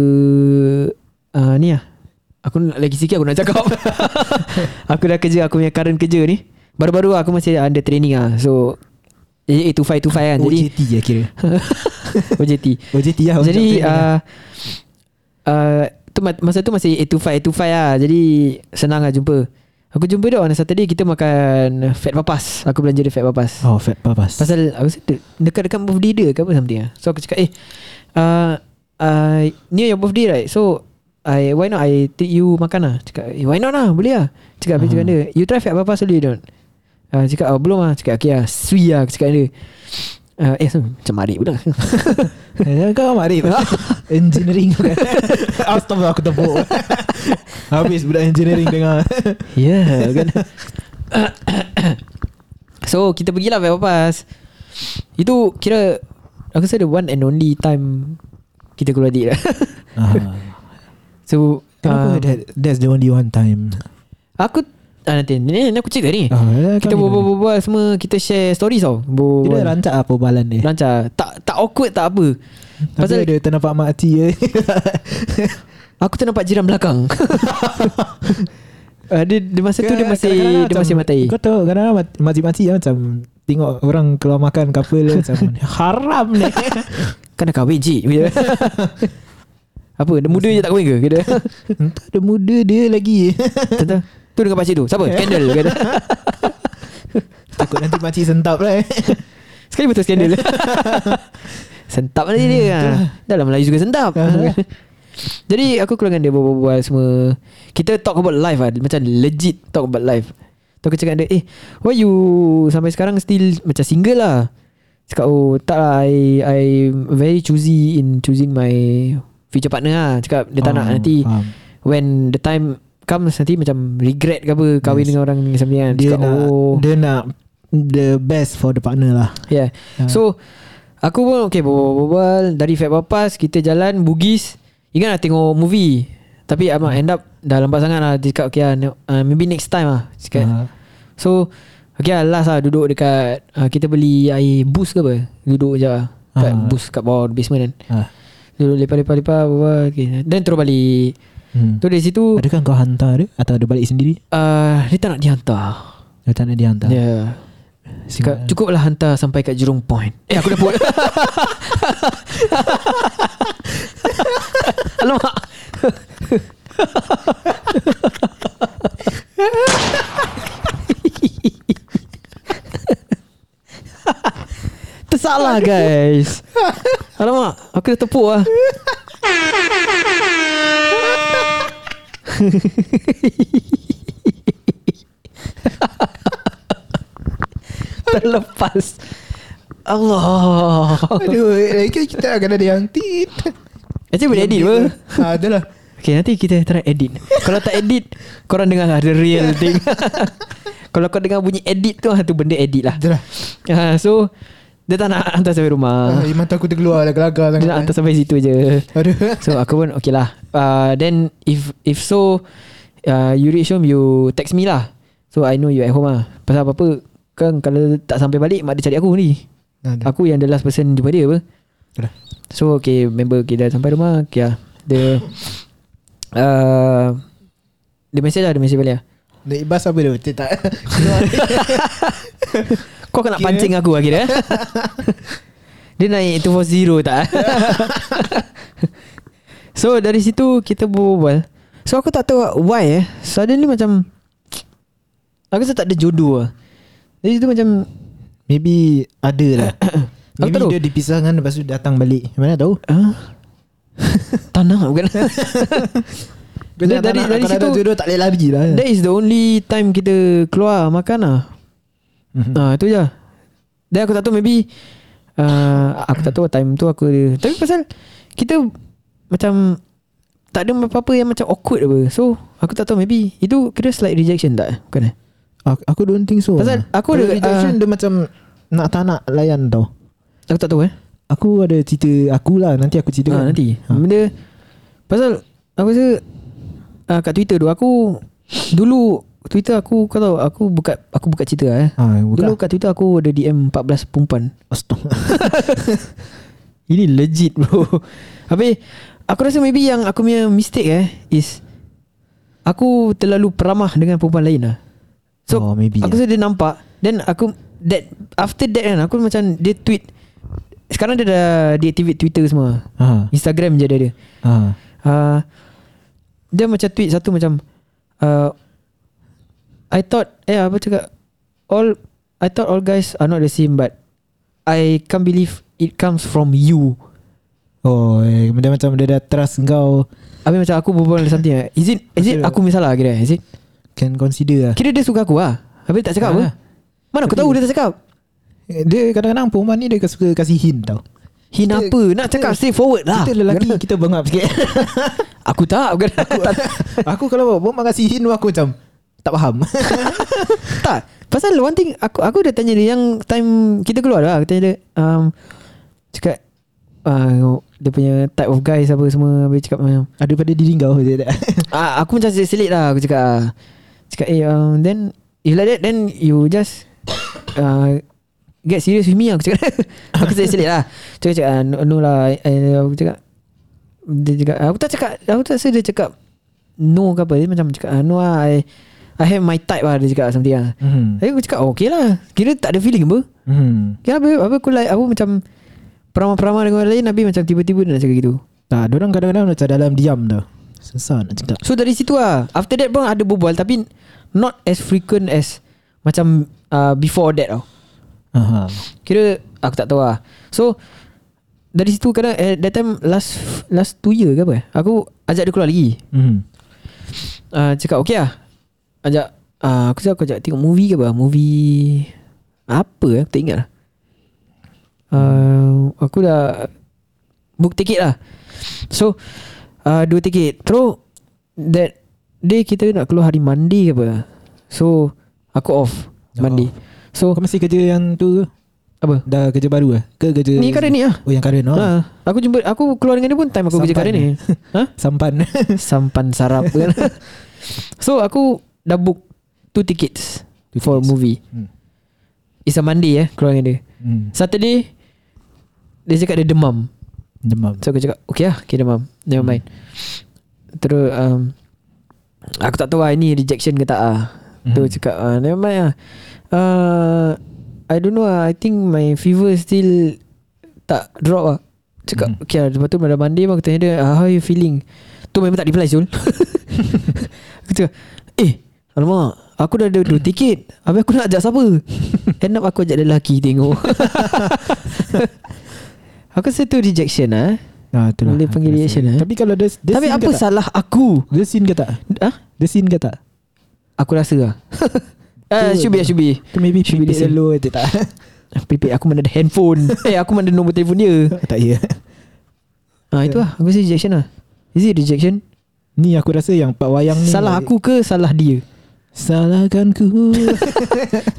A: uh, Ni lah Aku nak- lagi sikit aku nak cakap [laughs] Aku dah kerja Aku punya current kerja ni Baru-baru aku masih under training lah So Eh, eh, to five to five kan Jadi
B: [laughs] OJT lah kira [laughs]
A: OJT
B: OJT lah macam
A: Jadi
B: training lah.
A: uh, uh, tu ma- Masa tu masih 8 to 5 8 to 5 lah Jadi Senang lah jumpa Aku jumpa dia on a Saturday Kita makan Fat Papas Aku belanja dia Fat Papas
B: Oh fat papas
A: Pasal aku rasa de- Dekat-dekat birthday dia ke apa something lah So aku cakap Eh uh, uh, Near your birthday right So I Why not I treat you makan lah Cakap eh, Why not lah Boleh lah Cakap uh-huh. cakap dia You try Fat Papas dulu you don't uh, Cakap oh, belum lah Cakap okay lah Sui lah Aku cakap dengan dia uh, Eh so, macam marik pula
B: Eh, Kau mari [laughs] Engineering bukan [laughs] Astaga aku [laughs] tepuk Habis budak engineering dengar
A: Yeah kan [coughs] So kita pergilah Fat Papas Itu kira Aku rasa the one and only time Kita keluar date lah [laughs]
B: Ah.
A: So
B: Kenapa
A: um,
B: that, That's the only one time
A: Aku ah, Nanti ni, ni aku cerita ni
B: Ah,
A: Kita
B: kami-
A: berbual-bual semua Kita share stories tau
B: Kita
A: Berbual
B: rancak apa balan ni
A: Lancar Tak tak awkward tak apa
B: Pasal
A: Pasal
B: ada ternampak mati ya. je
A: Aku ternampak jiran
B: [laughs]
A: belakang Ah, dia, dia masa tu dia
B: Kadang-
A: masih
B: kadang-kadang
A: Dia
B: macam-
A: masih matai
B: Kau tahu kadang-kadang mat- mati-mati lah macam Tengok orang keluar makan couple lah macam [laughs] Haram [laughs] ni
A: Kan dah kahwin cik Bila-
B: [laughs]
A: Apa Dia muda je tak kahwin ke Kata
B: Entah ada muda dia lagi
A: Tentang Tu dengan pakcik tu
B: Eh.
A: Siapa Scandal Kata
B: [laughs] Takut nanti makcik sentap lah eh.
A: Sekali betul scandal
B: [laughs]
A: Sentap nanti dia ha.
B: lah.
A: Dalam Melayu juga
B: [laughs]
A: sentap
B: Ha.
A: Jadi aku keluar dengan dia Berbual-bual semua Kita talk about life lah Macam legit talk about life Tu aku cakap dengan dia Eh why you Sampai sekarang still Macam single lah Cakap oh tak lah I, I very choosy in choosing my Future partner lah Cakap dia tak
B: Faham,
A: nak nanti
B: Oh, faham.
A: When the time comes Nanti macam regret ke apa Kahwin
B: Yes.
A: dengan orang ni Sampai kan
B: Dia
A: Cakap
B: nak
A: oh
B: Dia nak The best for the partner lah
A: Yeah. Ya.
B: Ha.
A: So aku pun okay berbual dari Fat Papas kita jalan Bugis. Ingat lah tengok movie. Tapi I'm end up dah lambat sangat lah Dia cakap okay lah ne- uh, Maybe next time lah Cakap
B: Ah.
A: So Okay lah last lah Duduk dekat uh, Kita beli air bus ke apa Duduk je lah Kat
B: Ah.
A: bus kat bawah basement kan
B: Ah.
A: Duduk lepak-lepak-lepak berbual, okay. Then terus balik
B: Hmm.
A: Tu dari situ
B: Adakah kau hantar dia Atau dia balik sendiri
A: uh, dia tak nak dihantar.
B: Dia tak nak dia hantar Ah.
A: Ya. Yeah. Cakap, cukup lah hantar sampai kat Jurong Point. Eh aku dah buat. [laughs] [laughs] Alamak. Tersalah guys. Alamak, aku dah tepuk lah. Terlepas. Allah.
B: Aduh Lagi kita akan ada yang Tit
A: Actually boleh edit apa?
B: ha, Adalah
A: Okay nanti kita try edit Kalau tak edit Korang dengar lah The real thing Kalau kau dengar bunyi edit tu ah, tu benda edit lah
B: Adalah
A: uh, So Dia tak nak hantar sampai rumah
B: uh. Mata aku terkeluar Dah
A: Ah. Dia
B: gelagar sangat kan.
A: nak hantar sampai situ je
B: Aduh
A: So aku pun okay lah uh, Then if if so uh, You reach home You text me lah So I know you at home lah Pasal apa-apa Kan kalau tak sampai balik Mak dia cari aku ni
B: Aduh.
A: Aku yang the last person jumpa dia apa
B: Aduh.
A: So okay Member kita dah sampai rumah Okay lah Dia uh, Dia message lah Dia message balik lah
B: Nak ibas apa dia Dia tak
A: Kau kena
B: Kira-
A: pancing aku lah
B: [laughs]
A: kira eh? Dia naik 240 tak So dari situ Kita berbual So aku tak tahu why eh Suddenly macam Aku rasa tak ada jodoh lah Dari situ macam
B: Maybe Ada
A: [coughs]
B: lah Maybe
A: tahu.
B: dia dipisah kan Lepas tu datang balik Mana tahu
A: huh? [laughs] Tanah bukan Bila
B: Bila
A: dari,
B: tak nak-
A: dari
B: kalau
A: situ
B: ada jodoh tak boleh lari lah
A: That is the only time kita keluar makan lah
B: Mhm.
A: Ah itu je. Dan aku tak tahu maybe uh, aku tak tahu time tu aku tapi pasal kita macam tak ada apa-apa yang macam awkward apa. So aku tak tahu maybe itu kira slight rejection tak? Bukan eh?
B: Aku, aku don't think so
A: Pasal
B: lah.
A: aku
B: Kalau
A: ada,
B: rejection
A: ah,
B: dia macam Nak tak nak layan tau
A: Aku tak tahu eh.
B: Aku ada cerita Aku lah Nanti aku cerita
A: Ha,
B: kan.
A: nanti. Ha.
B: Ha.
A: Benda pasal aku rasa uh, kat Twitter tu aku dulu Twitter aku kau tahu aku buka aku buka cerita lah, eh.
B: ha, buka.
A: Dulu kat Twitter aku ada DM 14 perempuan
B: Astaga
A: [laughs] Ini legit bro Habis Aku rasa maybe yang aku punya mistake eh Is Aku terlalu peramah dengan perempuan lain lah So
B: Oh, maybe,
A: Aku rasa dia nampak Then aku That After that kan Aku macam Dia tweet Sekarang dia dah Deactivate Twitter semua
B: ha.
A: Instagram je ada dia
B: ha.
A: uh, Dia macam tweet satu macam uh, I thought Eh apa cakap All I thought all guys are not the same But I can't believe It comes from you
B: Oh eh, Dia macam dia dah trust kau
A: Habis macam aku berbual something eh. Is it Is it
B: Maksudnya-
A: aku misalnya kira eh? Is it
B: Can consider lah
A: Kira dia suka aku lah Habis tak cakap
B: Ah.
A: apa Mana aku
B: Tapi-
A: tahu dia tak cakap
B: Dia kadang-kadang perempuan ni Dia suka kasih hint tau
A: Hina
B: Kita-
A: apa Nak
B: kita-
A: cakap straight forward lah
B: Kita
A: [laughs]
B: lelaki Kita bengap sikit
A: Aku tak bukan aku, tak,
B: Aku kalau perempuan kasih hint Aku macam Tak faham [laughs]
A: tak Pasal one thing Aku aku dah tanya dia Yang time Kita keluar lah Aku tanya dia um, Cakap uh, Dia punya type of guys Apa semua Habis cakap macam
B: Ada pada diri kau je
A: [laughs]
B: tak?
A: Ah, aku macam selit-selit lah aku cakap. ah. Cakap eh um, then if like that then you just uh, get serious with me lah. aku cakap. [laughs] aku selit-selit lah. Cakap cakap ah, no, no lah I, I, aku cakap dia cakap aku tak cakap aku tak rasa dia cakap no ke apa dia macam cakap ah, no lah I, I have my type lah dia cakap something lah.
B: Hmm.
A: Tapi aku cakap oh, okay lah Kira tak ada feeling apa
B: Hmm.
A: Kira apa, apa aku like Aku macam Peramah-peramah dengan orang lain Habis macam tiba-tiba dia nak cakap gitu
B: Tak, orang kadang-kadang macam dalam diam tau. Susah nak cakap.
A: So dari situ lah After that pun ada berbual Tapi Not as frequent as Macam uh, Before that tau
B: Aha.
A: Kira Aku tak tahu lah So Dari situ kadang eh, That time last Last two year ke apa eh, Aku Ajak dia keluar lagi
B: Hmm.
A: uh, Cakap okay lah Ajak uh, Aku cakap aku ajak tengok movie ke apa Movie Apa eh, Aku tak ingat lah uh, Aku dah Book tiket lah So uh, Dua tiket Terus That Day kita nak keluar hari Monday ke apa So Aku off Monday
B: Oh,
A: So
B: kau masih kerja yang tu ke?
A: Apa
B: Dah kerja baru eh? Ke kerja
A: Ni karen ni lah
B: Oh yang current oh. Ha.
A: Ha, aku jumpa aku keluar dengan dia pun time aku kerja
B: Sampan
A: karen ni. Ha?
B: Sampan. [laughs]
A: [laughs] Sampan sarap kan So aku Dah book Two tickets
B: Two
A: For
B: tickets.
A: movie
B: Hmm.
A: It's a Monday eh Keluar dengan dia
B: hmm.
A: Saturday Dia cakap dia demam
B: Demam.
A: So aku cakap Okay lah Okay demam Never mind Terus um, Aku tak tahu lah Ini rejection ke tak lah mm.
B: Hmm.
A: Tu cakap uh, Never mind lah uh, I don't know lah I think my fever still Tak drop lah Cakap
B: Hmm.
A: mm. Okay lah Lepas tu pada Monday pun Aku tanya dia uh, How you feeling Tu memang tak reply
B: [laughs]
A: Zul Aku cakap Eh Alamak Aku dah ada dua tiket Habis aku nak ajak siapa [laughs] End up aku ajak lelaki Tengok [laughs] Aku rasa tu rejection lah eh.
B: Ah, itulah.
A: Boleh panggil
B: Aku rasa.
A: reaction, eh?
B: Tapi kalau dia, dia
A: Tapi
B: sin
A: apa
B: ke tak?
A: salah aku
B: Dia sin ke tak?
A: Ah,
B: Dia sin ke tak?
A: Aku rasa lah [laughs] uh, Should be should be
B: Tu maybe
A: Should be the
B: pipit
A: same.
B: hello eh?
A: [laughs]
B: tak?
A: Pipit aku mana ada handphone [laughs] Eh aku mana ada nombor telefon dia
B: tak ya.
A: ha, Itu lah Aku rasa rejection lah Is it rejection?
B: Ni aku rasa yang Pak Wayang ni
A: salah aku ke salah [laughs] dia?
B: Salahkan
A: [laughs]
B: ku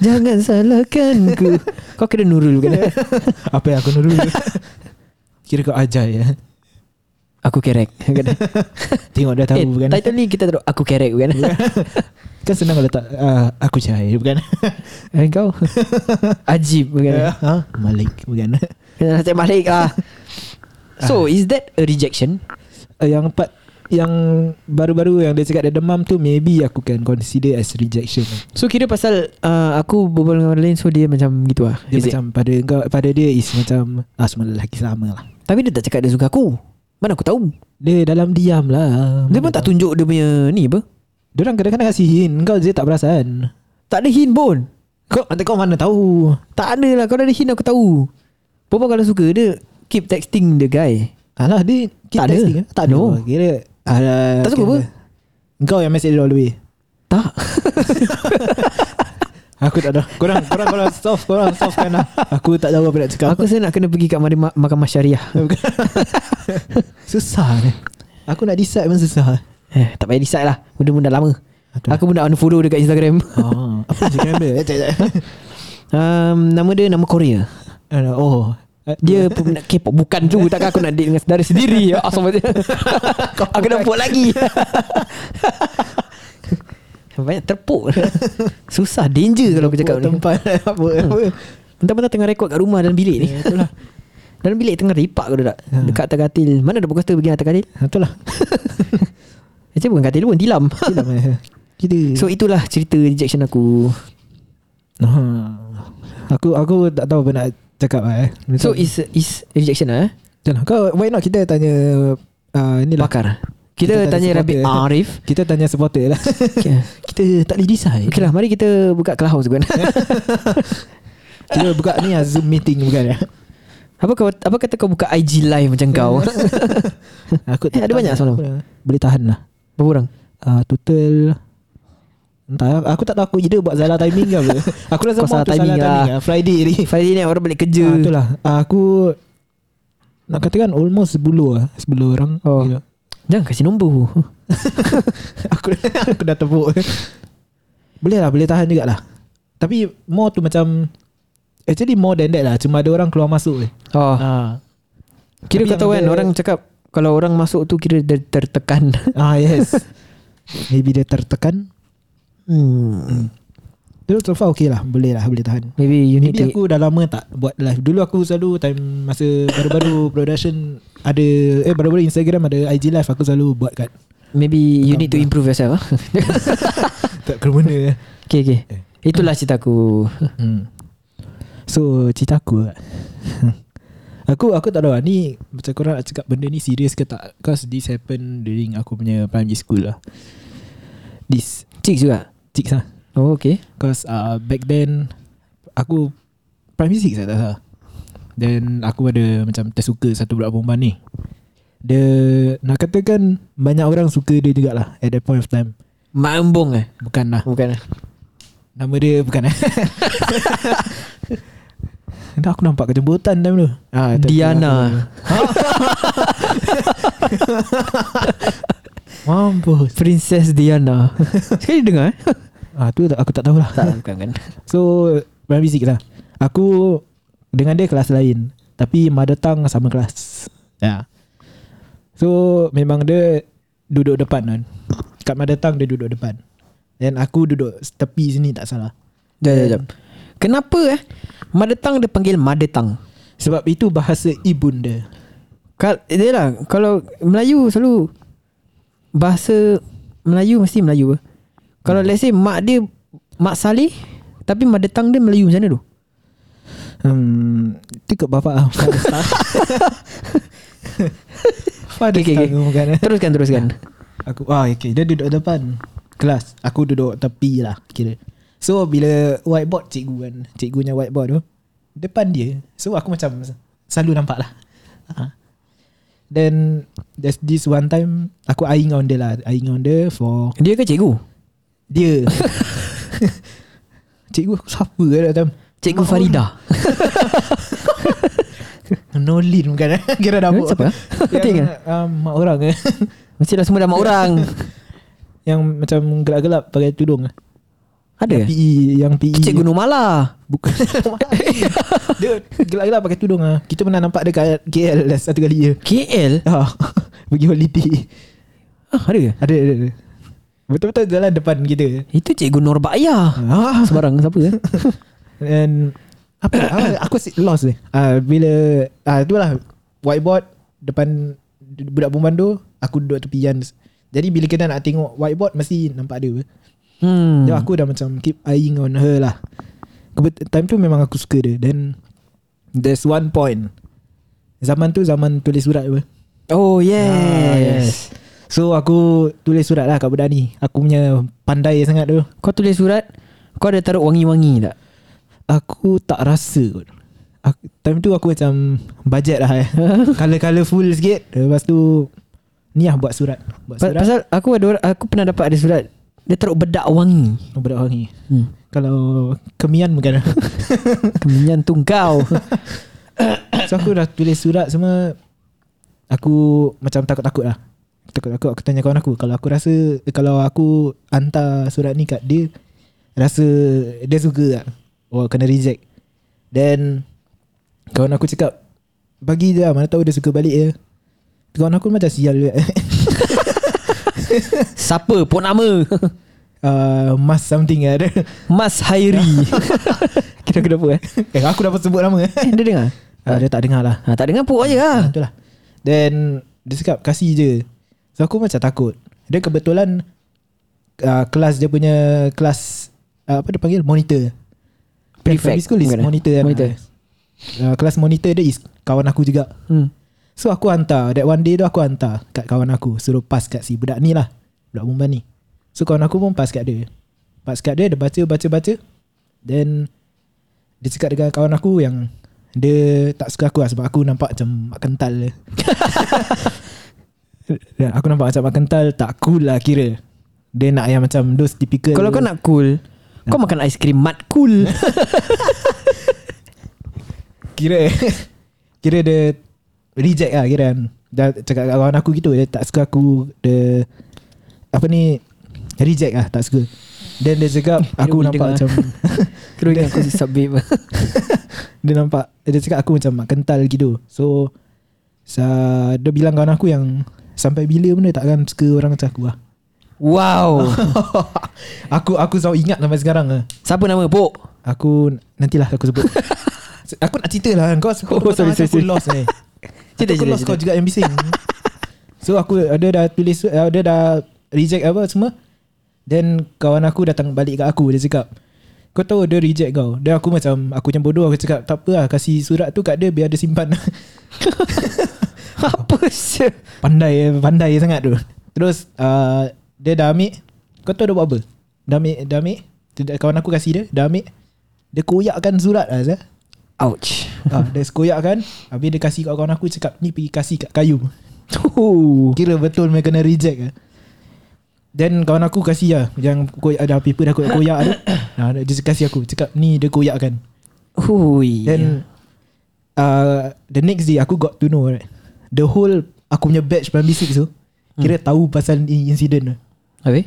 A: Jangan salahkan ku Kau kira Nurul bukan?
B: Apa yang aku nurul Kira kau ajar ya
A: [laughs] aku kerek [laughs] bukan?
B: Tengok dah tahu
A: eh,
B: bukan
A: Title ni kita taruh Aku kerek bukan?
B: Kan senang kalau tak ah, Aku cahaya bukan
A: [laughs] Eh, Kau [laughs] Ajib
B: [laughs]
A: bukan?
B: ha? Malik bukan [laughs]
A: Kena nasib balik ah. So is that a rejection?
B: uh, Yang part Yang baru-baru yang dia cakap dia demam tu Maybe aku can consider as rejection
A: So kira pasal uh, Aku berbual dengan orang lain So dia macam gitu lah
B: Dia
A: Is it?
B: macam pada kau Pada dia is macam ah, Semua lelaki sama lah
A: Tapi dia tak cakap dia suka aku Mana aku tahu
B: Dia dalam diam lah
A: Dia pun tak tunjuk dia punya Ni apa
B: Dia orang kadang-kadang kasi hint Kau je tak perasan
A: Tak ada hint pun
B: Kau Nanti kau mana tahu
A: Tak ada lah Kalau ada hint aku tahu Perempuan kalau suka Dia Keep texting the guy
B: Alah dia
A: Tak ada.
B: texting, eh? Tak ada
A: No.
B: Kira uh,
A: Tak suka apa?
B: Kau yang message all the way
A: Tak
B: [laughs] Aku tak tahu Korang Korang kalau soft Korang soft kan lah Aku tak tahu apa nak cakap
A: Aku rasa nak kena pergi kat mari ma- Mahkamah Syariah
B: Susah ni Aku nak decide pun susah
A: eh, Tak payah decide lah Benda pun dah lama
B: Itulah.
A: Aku pun nak unfollow dekat Instagram
B: oh, Apa je kena ambil Eh, tak, tak.
A: [laughs] um, Nama dia nama Korea
B: [laughs] Alah, Oh
A: [laughs] Dia peminat K-pop Bukan tu Takkan aku nak date dengan saudara sendiri Ya Asal [laughs] macam Aku nak buat [laughs] lagi Banyak terpuk Susah danger kalau aku cakap ni [laughs]
B: Tempat Apa apa
A: Mentah-mentah tengah rekod kat rumah dalam bilik ni
B: Ya, itulah.
A: [laughs] Dalam bilik tengah repak kau tak
B: Ha.
A: Dekat atas katil Mana ada perkosa pergi atas katil
B: Itulah
A: Actually Eh, bukan katil pun Tilam
B: Tidak eh. Kita
A: [laughs] So itulah cerita rejection aku
B: Ha. Aku aku tak tahu apa nak cakap lah, eh.
A: So is is rejection lah eh?
B: Jangan kau why not kita tanya uh, inilah
A: Bakar Kita,
B: Kita tanya
A: tanya Rabi
B: supporter.
A: Arif
B: Kita tanya supporter lah
A: [laughs] okay.
B: Kita tak boleh decide
A: okay lah mari kita buka clubhouse kan
B: Kita buka ni lah Zoom meeting
A: [laughs]
B: bukan eh?
A: [laughs] Apa kau apa kata kau buka IG live macam [laughs] kau?
B: Aku
A: Eh, ada banyak semalam?
B: aku dah- Boleh tahan lah
A: Berapa orang?
B: uh, Total Entah aku tak tahu aku either buat salah timing ke
A: [laughs]
B: apa Aku rasa
A: Kau salah
B: semua aku
A: timing lah.
B: lah. Friday ni
A: Friday night orang balik kerja.
B: Ah, Itulah Ah, Aku Nak katakan almost 10 lah 10 orang
A: Oh.
B: Gila. [laughs]
A: Jangan kasih nombor.
B: aku, aku dah tepuk Boleh lah Boleh tahan jugalah Tapi more tu macam Actually more than that lah Cuma ada orang keluar masuk je
A: Oh,
B: Ah,
A: kira kau
B: Tapi yang
A: tahu kan
B: dia-
A: orang cakap kalau orang masuk tu kira dia tertekan.
B: ah yes Maybe dia tertekan
A: [laughs] Hmm.
B: Dulu so far okay lah Boleh lah Boleh tahan
A: Maybe you need to
B: Maybe aku dah lama tak buat live Dulu aku selalu time Masa baru-baru [coughs] production Ada Eh baru-baru Instagram ada IG live Aku selalu buat kat
A: maybe you need to improve yourself. ah. [laughs]
B: Tak kerana
A: okay, okay. Itulah cerita aku. [laughs]
B: hmm. So cerita aku lah. [laughs] Aku aku tak tahu lah Ni macam korang nak cakap Benda ni serius ke tak Cause this happen During aku punya primary school lah This
A: Cik juga.
B: Chicks lah
A: Oh, okay.
B: Cause uh, back then Aku Primary 6 lah tak salah Then aku ada macam tersuka satu budak perempuan ni Dia Nak katakan Banyak orang suka dia jugalah At that point of time
A: Mambung eh.
B: Bukan lah
A: Bukan. eh?
B: Nama dia bukan eh [laughs] Dah aku nampak kejemputan time tu ah, tapi
A: Diana.
B: aku- Mampus
A: Princess Diana. [laughs] Sekali dengar eh?
B: ah, tu tak- aku tak tahulah
A: tak, bukan kan.
B: So Primary 6 lah Aku Dengan dia kelas lain Tapi mother tongue sama kelas Ya yeah. So Memang dia Duduk depan kan Kat mother tongue dia duduk depan Then aku duduk Tepi sini tak salah
A: Jom, jom, jom. Kenapa eh? Madetang dia panggil madetang.
B: Sebab itu bahasa ibunda
A: Kal dia lah Kalau Melayu selalu bahasa Melayu mesti Melayu ke? Kalau let's say mak dia mak Saleh tapi madetang dia Melayu macam mana tu?
B: Hmm, Itu kat bapak lah
A: [laughs]
B: Father
A: Okay, okay,
B: okay, okay,
A: okay.
B: okay.
A: Teruskan teruskan.
B: eh? Aku ah okay, dia duduk depan kelas. Aku duduk tepi lah kira. So bila whiteboard cikgu kan, cikgu punya whiteboard tu depan dia. So aku macam selalu nampak lah. Ah. Then there's this one time aku eyeing on dia lah, eyeing on dia for
A: [laughs] Dia ke cikgu? [laughs]
B: dia. [laughs] cikgu aku siapa ke dalam
A: Cikgu Farida.
B: Nolin bukan eh? [laughs] Kira dapur
A: Siapa? Betul
B: Yang,
A: ke?
B: um, mak orang ke
A: Mesti dah semua dah mak orang.
B: [laughs] Yang macam gelap-gelap Pakai tudung
A: [laughs] Ada ke?
B: PE Yang PE
A: Tu Cikgu Numala.
B: Bukan [laughs] Dia gelap-gelap pakai tudung ah. Kita pernah nampak dia kat KL dah satu kali je
A: KL.
B: ah, [laughs] Pergi holiday
A: Ah, ada ke?
B: Ada ada ada Betul-betul jalan depan kita eh.
A: Itu cikgu Norbaya. [laughs]
B: ah,
A: Sebarang siapa ke?
B: And Apa [coughs] ah, Aku si- lost ni ah, Bila ah, Itulah Whiteboard Depan Budak perempuan tu Aku duduk tepian Jadi bila kita nak tengok whiteboard Mesti nampak dia
A: Hmm.
B: Hmm. Then aku dah macam keep eyeing on her lah. Kebet- time tu memang aku suka dia. Then there's one point. Zaman tu zaman tulis surat apa.
A: Oh
B: Ah,
A: yes.
B: So aku tulis surat lah kat budak ni. Aku punya pandai sangat tu.
A: Kau tulis surat, kau ada taruh wangi-wangi tak?
B: Aku tak rasa kot. Aku, time tu aku macam budget lah eh. [laughs] Colour-colourful sikit. Lepas tu ni lah buat surat. Buat
A: Pa-
B: surat.
A: Pasal aku ada orang- aku pernah dapat ada surat dia taruh bedak wangi.
B: Budak orang ni.
A: Hmm.
B: Kalau kemian bukan [laughs]
A: Kemenyan tu kau.
B: So aku dah tulis surat semua Aku macam takut-takut lah Takut-takut aku tanya kawan aku Kalau aku rasa eh, Kalau aku hantar surat ni kat dia Rasa dia suka tak Oh kena reject Then Kawan aku cakap Bagi dia lah, mana tahu dia suka balik je Kawan aku macam sial juga [laughs]
A: Siapa pun nama? [laughs]
B: uh, Mas something lah [laughs] dia
A: Mas Hairi. Kira kenapa eh?
B: eh, Aku dapat sebut nama [laughs]
A: eh dia dengar?
B: uh, Dia tak dengar lah
A: Ha, tak dengar puk aja lah.
B: Ah, Itulah Then Dia cakap kasih je So aku macam takut Dia kebetulan uh, Kelas dia punya Kelas uh, Apa dia panggil Monitor
A: Prefect.
B: Primary school is
A: Bukan eh?
B: monitor, kan?
A: Monitor.
B: uh, Kelas monitor dia is Kawan aku juga
A: Hmm.
B: So aku hantar That one day tu aku hantar Kat kawan aku Suruh pass kat si budak ni lah Budak perempuan ni So kawan aku pun pass kat dia Pass kat dia Dia baca baca baca Then Dia cakap dengan kawan aku yang Dia tak suka aku lah Sebab aku nampak macam Mak kental
A: [laughs]
B: dia Dan Aku nampak macam mak kental Tak cool lah kira Dia nak yang macam Those typical
A: Kalau kau nak cool, kau makan aiskrim mat cool.
B: Kira [laughs] Kira dia Reject lah kira kan Dah cakap kat kawan aku gitu Dia tak suka aku Dia Apa ni Reject lah tak suka Then dia
A: [laughs]
B: cakap Aku
A: boleh
B: nampak
A: dengar.
B: macam
A: [laughs] Kira
B: [laughs]
A: ingat aku subway.
B: Dia nampak Dia cakap aku macam mak kental gitu So sa, Dia bilang kawan aku yang Sampai bila pun dia takkan suka orang macam
A: [laughs]
B: aku lah
A: [laughs] Wow.
B: Aku aku selalu ingat sampai sekarang lah
A: Siapa nama puk?
B: Aku Nantilah aku
A: [laughs]
B: sebut Aku nak cerita lah Kau sebut
A: Oh, sorry, sorry,
B: Aku
A: sorry.
B: lost
A: [laughs]
B: ni
A: Cerita,
B: Cerita aku
A: cerita,
B: lost kau
A: cerita.
B: juga yang bising [laughs] So aku Dia dah tulis uh, Dia dah Reject apa semua Then Kawan aku datang balik kat aku Dia cakap Kau tahu dia reject kau Then aku macam Aku yang bodoh Aku cakap tak apa lah Kasih surat tu kat dia Biar dia simpan
A: [laughs]
B: [laughs]
A: Apa sih?
B: Pandai Pandai sangat tu Terus uh, Dia dah ambil Kau tahu dia buat apa Dah ambil, dah ambil Dia- Kawan aku kasih dia Dah ambil Dia koyakkan surat lah Zah.
A: Ouch.
B: ah, Dia sekoyak kan Habis dia kasih kat kawan aku Cakap ni pergi kasih kat kayu
A: Oh.
B: Kira betul mereka kena reject ke Then kawan aku kasih lah Yang koyak ada paper dah koyak-koyak tu nah, Dia kasih aku Cakap ni dia koyak kan
A: Hui.
B: Then uh, The next day aku got to know right The whole Aku punya batch primary 6 tu Kira tahu pasal ni incident tu
A: Habis?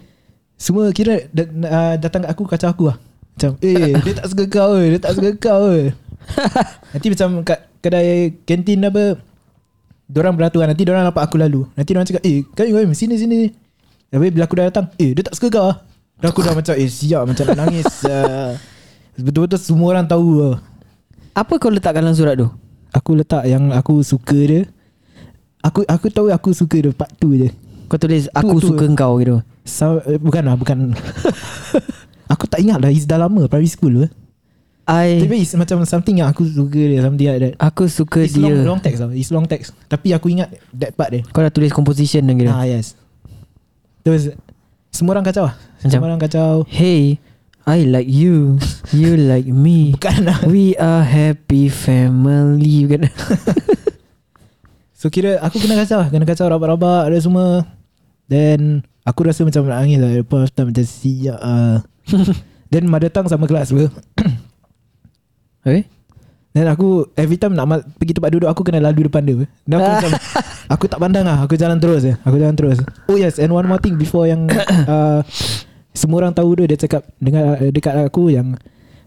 B: Semua kira da, uh, Datang kat aku kacau aku lah Macam Eh dia tak suka kau eh, Dia tak suka kau eh. Nanti macam kat kedai kantin apa Diorang beraturan Nanti diorang nampak aku lalu Nanti diorang cakap Eh kayu kayu sini sini Habis bila aku dah datang Eh dia tak suka kau lah Dan aku dah macam Eh siap macam nak nangis uh, Betul-betul semua orang tahu lah.
A: Apa kau letak dalam surat tu?
B: Aku letak yang aku suka dia Aku aku tahu aku suka dia part 2 je
A: Kau tulis Aku
B: tu.
A: suka kau gitu
B: so, eh, Bukan lah Bukan [laughs] Aku tak ingat lah It's dah lama Primary school eh.
A: I
B: Tapi it's macam Something yang aku suka dia Something like that
A: Aku suka
B: It's
A: dia
B: long, long text lah It's long text Tapi aku ingat That part dia
A: Kau dah tulis composition dan gitu
B: Ah yes Terus Semua orang kacau lah
A: Macam?
B: Semua orang kacau
A: Hey I like you You like me
B: Bukan lah
A: We are happy family [laughs] Bukan
B: So kira aku kena kacau lah Kena kacau rabak-rabak Ada semua Then Aku rasa macam nak nangis lah At the point of time macam siap [laughs] uh. Then mother tongue sama kelas apa
A: Okay
B: Then aku Every time nak ma- pergi tempat duduk Aku kena lalu depan dia apa. Dan aku
A: [laughs]
B: macam Aku tak pandang lah Aku jalan terus je Aku jalan terus Oh yes And one more thing Before
A: [coughs]
B: yang uh, Semua orang tahu dia Dia cakap dengan, Dekat aku yang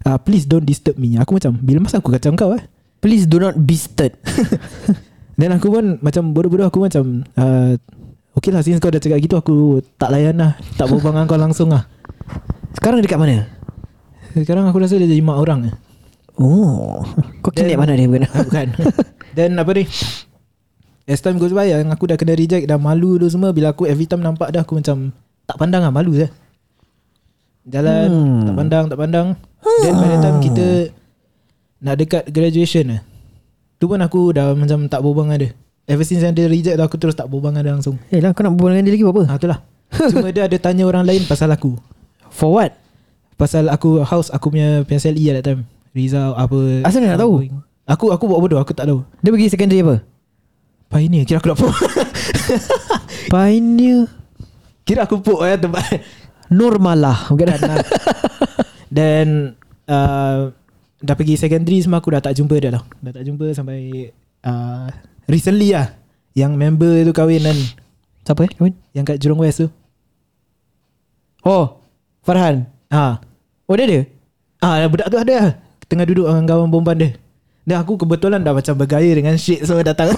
B: uh, Please don't disturb me Aku macam Bila masa aku kacau kau eh
A: Please do not be stirred
B: Then aku pun macam bodoh-bodoh aku macam uh, Okay lah since kau dah cakap gitu aku tak layan lah Tak berbual dengan kau langsung lah
A: Sekarang dekat mana?
B: Sekarang aku rasa dia jadi mak orang
A: [laughs] Oh Kau
B: Then-
A: kidnap mana dia [laughs] bukan?
B: Ah, Bukan Then apa ni As time goes by yang aku dah kena reject Dah malu tu semua Bila aku every time nampak dah aku macam Tak pandang lah malu je Jalan
A: Hmm.
B: hmm. Tak pandang tak pandang Then by the time kita Nak dekat graduation lah Tu pun aku dah macam tak berbual dengan dia Ever since yang dia reject tu aku terus tak berbual dengan dia
A: [laughs]
B: langsung
A: Eh lah kau nak berbual dengan dia lagi buat apa?
B: Ha
A: [laughs]
B: itulah Cuma dia ada tanya orang lain pasal aku
A: For what?
B: Pasal aku house aku punya PSLE at that time Rizal apa
A: Asal dia nak tahu?
B: Aku aku buat bodoh aku tak tahu
A: Dia pergi secondary apa?
B: Pioneer kira aku nak [laughs] puk
A: Pioneer
B: Kira aku puk eh tempat
A: Normalah Bukan
B: [laughs] Dan uh, Then uh, Dah pergi secondary semua aku dah tak jumpa dia dah Dah tak jumpa sampai uh, Recently lah Yang member tu kahwin kan
A: Siapa eh? Kawin?
B: Yang kat Jurong West tu
A: Oh Farhan
B: Ha
A: Oh dia ada?
B: Ah, budak tu ada tengah duduk dengan kawan perempuan dia. Dan aku kebetulan dah macam bergaya dengan shit semua datang.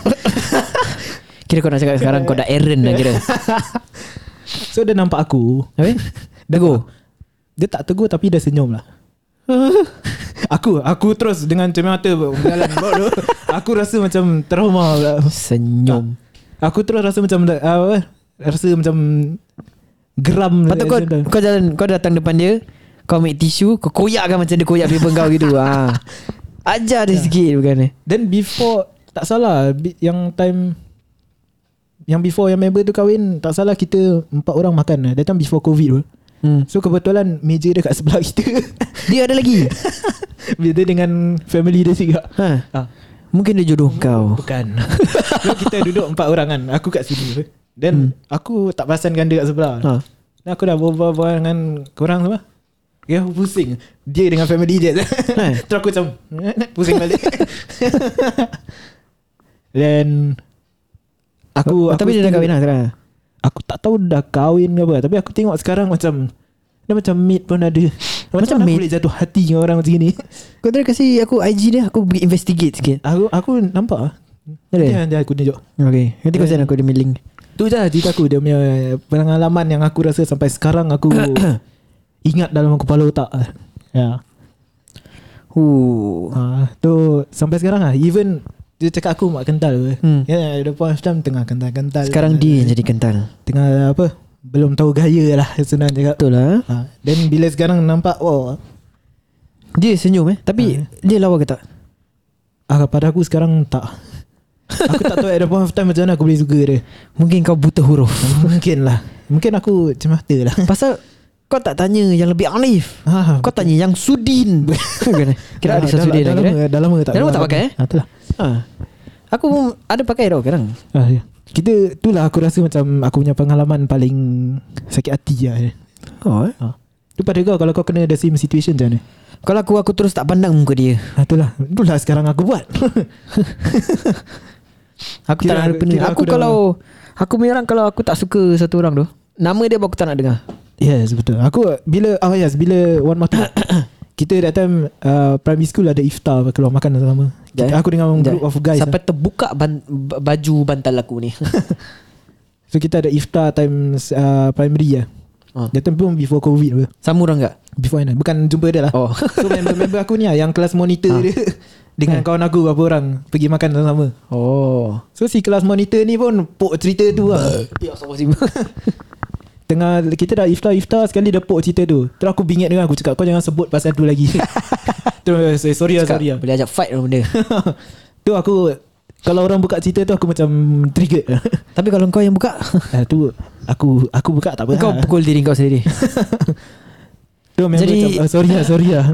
B: [laughs]
A: Kira kau nak cakap sekarang Kau dah Aaron dah kira
B: so dia nampak aku.
A: Okay [laughs] Tegur
B: Dia tak tegur tapi dia senyum lah. [laughs] aku aku terus dengan cermin mata berjalan [laughs] bodoh. Aku rasa macam trauma pula.
A: Senyum
B: Aku terus rasa macam uh, apa? Rasa macam geram.
A: Patut kau Kau jalan Kau datang depan dia Kau ambil tisu Kau koyakkan macam dia koyak Paper kau [laughs] gitu ha. Ajar dia sikit bukan eh
B: Then before tak salah bi- yang time yang before yang member tu kahwin tak salah kita empat orang makan. That time before covid tu.
A: hmm.
B: So kebetulan meja dia kat sebelah [laughs] kita
A: Dia ada lagi
B: Dia dengan family dia juga
A: ha.
B: ha.
A: Mungkin dia jodoh kau
B: Bukan [laughs] so, Kita duduk empat orang kan Aku kat sini Then aku tak perasankan dia kat sebelah Hmm. ha.
A: ha.
B: Then aku dah berbual-bual dengan korang semua Ya aku pusing Dia dengan family dia
A: Eh.
B: [laughs] Terus aku macam Pusing balik [laughs] Then Aku, aku
A: Tapi dia dah
B: still-
A: kahwin lah sekarang
B: Aku tak tahu dah kahwin ke apa Tapi aku tengok sekarang macam Dia macam mate pun ada Macam,
A: Macam
B: mana
A: maid?
B: aku boleh jatuh hati dengan orang macam ni
A: Kau tadi kasi aku IG dia Aku pergi investigate sikit
B: Aku aku nampak
A: Ada?
B: Dia, dia aku tunjuk
A: Okay Nanti kau send aku demi link
B: Tu je lah cerita aku Dia punya pengalaman yang aku rasa Sampai sekarang
A: [coughs]
B: aku Ingat dalam kepala otak Ya
A: Ooh.
B: ha, Tu sampai sekarang lah Even Dia cakap aku mak kental
A: Hmm.
B: hmm. Ya ada point of time Tengah kental-kental
A: Sekarang dia yang jadi kental
B: Tengah apa Belum tahu gaya lah [laughs] Senang cakap
A: Betul lah
B: ha, Then bila sekarang nampak Wow
A: Dia senyum eh Tapi dia lawa ke [laughs] tak?
B: ah, Pada aku sekarang
A: [laughs]
B: tak Aku tak tahu at the point of time Macam mana aku boleh suka dia
A: Mungkin kau buta huruf
B: Mungkin lah Mungkin aku cemata lah [laughs]
A: Pasal kau tak tanya yang lebih alif
B: ha,
A: Kau tanya yang [laughs] Sudin Bukan eh? Kira ada Sudin
B: dah,
A: lah
B: dah,
A: kira
B: lama, dah lama tak
A: Dah lama tak pakai, eh?
B: ha, Itulah
A: ha. Aku pun ada pakai tau kadang
B: ah, ya. Kita Itulah aku rasa macam Aku punya pengalaman paling Sakit hati lah
A: oh, eh?
B: ha. Tu pada kau Kalau kau kena the same situation macam mana
A: Kalau aku aku terus tak pandang muka dia
B: ha, Itulah Itulah sekarang aku buat
A: [laughs] Aku tak
B: Kira-
A: nak ada pening
B: kira
A: Aku,
B: aku dah-
A: kalau Aku punya orang kalau aku tak suka satu orang tu Nama dia pun aku tak nak dengar
B: Yes betul Aku bila Oh yes Bila one more
A: [coughs]
B: time Kita that time uh, Primary school ada iftar Keluar makan sama
A: Jap,
B: kita,
A: eh.
B: Aku dengan
A: Jap.
B: group of guys lah.
A: Sampai terbuka ban, ba- [laughs] baju bantal aku ni
B: So kita ada iftar time uh, primary lah
A: Ah.
B: Dia tu pun before covid apa
A: Sama orang tak?
B: Before and Bukan jumpa dia lah
A: Oh.
B: So member-member aku ni lah Yang kelas monitor
A: Ah.
B: dia [laughs] Dengan kawan aku Berapa orang Pergi makan sama-sama
A: [laughs] Oh.
B: So si kelas monitor ni pun Pok cerita tu lah
A: Ya, sama sih.
B: Tengah Kita dah iftar-iftar Sekali dia pok cerita tu Terus aku bingit dengan aku Cakap kau jangan sebut Pasal
A: [laughs]
B: tu lagi [laughs] Terus eh, sorry lah sorry lah [laughs]
A: Boleh ajak fight orang benda.
B: Tu aku Kalau orang buka cerita tu Aku macam trigger [laughs]
A: Tapi kalau kau yang buka,
B: ah, Tu Aku Aku buka tak apa
A: [laughs] kau
B: lah.
A: pukul diri kau sendiri.
B: Tu member
A: Jadi-
B: macam ah, Sorry lah sorry lah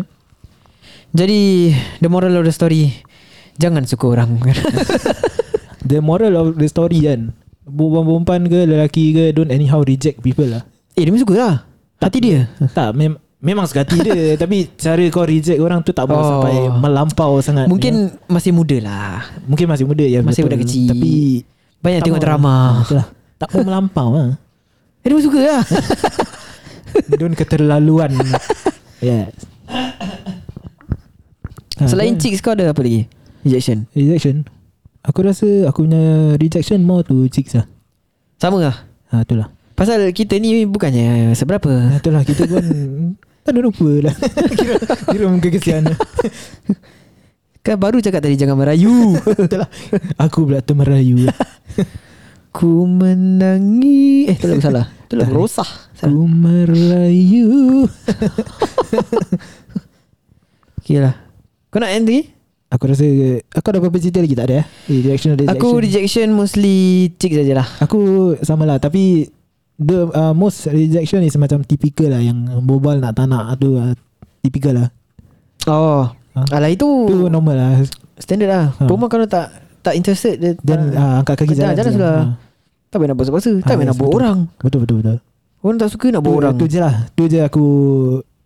A: Jadi, the moral of the story, jangan suka orang. [laughs]
B: The moral of the story kan Perempuan-perempuan ke Lelaki ke Don't anyhow reject people lah
A: eh, dia suka lah. Hati dia.
B: Tak mem- Memang sekati
A: [laughs]
B: dia Tapi cara kau reject orang tu Tak boleh
A: Oh.
B: oh. sampai Melampau sangat
A: Mungkin masih muda lah.
B: ya. Mungkin masih muda ya
A: Masih
B: betul.
A: budak kecil.
B: Tapi
A: Banyak
B: tak
A: tengok
B: mau- Ah,
A: drama.
B: betul lah. Tak mau melampau
A: [laughs]
B: lah.
A: Eh, dia suka lah.
B: Don't keterlaluan Yes Ah,
A: Selain
B: tu lah.
A: chicks kau ada apa lagi? Injection.
B: Rejection Aku rasa Aku punya rejection More to chicks lah
A: Sama lah.
B: Ha itulah
A: Pasal kita ni bukannya seberapa.
B: Ha itulah Kita pun [laughs] Tak ada rupa lah [laughs] Kira, kira muka [laughs] kesian
A: Kan baru cakap tadi jangan merayu.
B: Itulah Aku pula tu merayu
A: Ku menangi Eh tu lagu salah Tu lagu
B: Tak.
A: Rosah salah.
B: Aku merayu
A: Okay lah Kau nak end lagi?
B: Aku rasa Aku ada apa-apa cerita lagi tak ada eh? Eh, Rejection ada rejection
A: Aku rejection mostly Chick sajalah
B: Aku sama lah Tapi The uh, most rejection is macam typical lah Yang bobal nak tak nak tu uh, Typical lah
A: Oh
B: Ha?
A: Alah itu
B: Tu normal lah
A: Standard lah
B: Ha.
A: Perempuan kalau tak Tak interested Dia
B: Then
A: tak,
B: uh, angkat kaki
A: Dah,
B: jalan
A: jalan
B: je.
A: sudah.
B: Ah.
A: tak payah nak paksa-paksa
B: Ah,
A: Tak payah
B: yes,
A: nak buat
B: betul.
A: orang
B: Betul betul betul
A: Orang tak suka nak buat
B: Tu-
A: orang
B: Tu je lah Tu je aku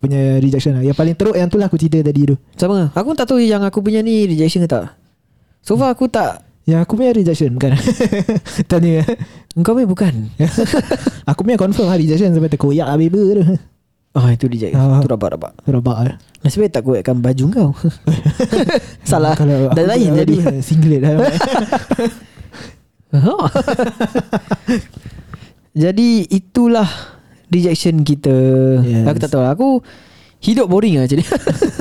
B: Punya rejection lah Yang paling teruk yang tu lah aku cerita tadi tu
A: Sama Aku tak tahu yang aku punya ni Rejection ke tak So far aku tak
B: Yang Ya, aku punya rejection bukan [laughs] Tanya [laughs]
A: Engkau punya bukan
B: Aku punya confirm lah rejection Sampai terkoyak lah beba tu
A: Ah itu rejection
B: Ah.
A: Itu rabak-rabak
B: Rabak lah
A: Nasib baik tak kuatkan baju
B: [laughs]
A: kau Salah
B: Kalau aku
A: Dah lain
B: punya-
A: jadi
B: aduh, Singlet lah
A: [laughs] Ha. Jadi itulah rejection kita. Yes.
B: Yes.
A: Aku tak tahu. lah. Aku hidup boring lah actually.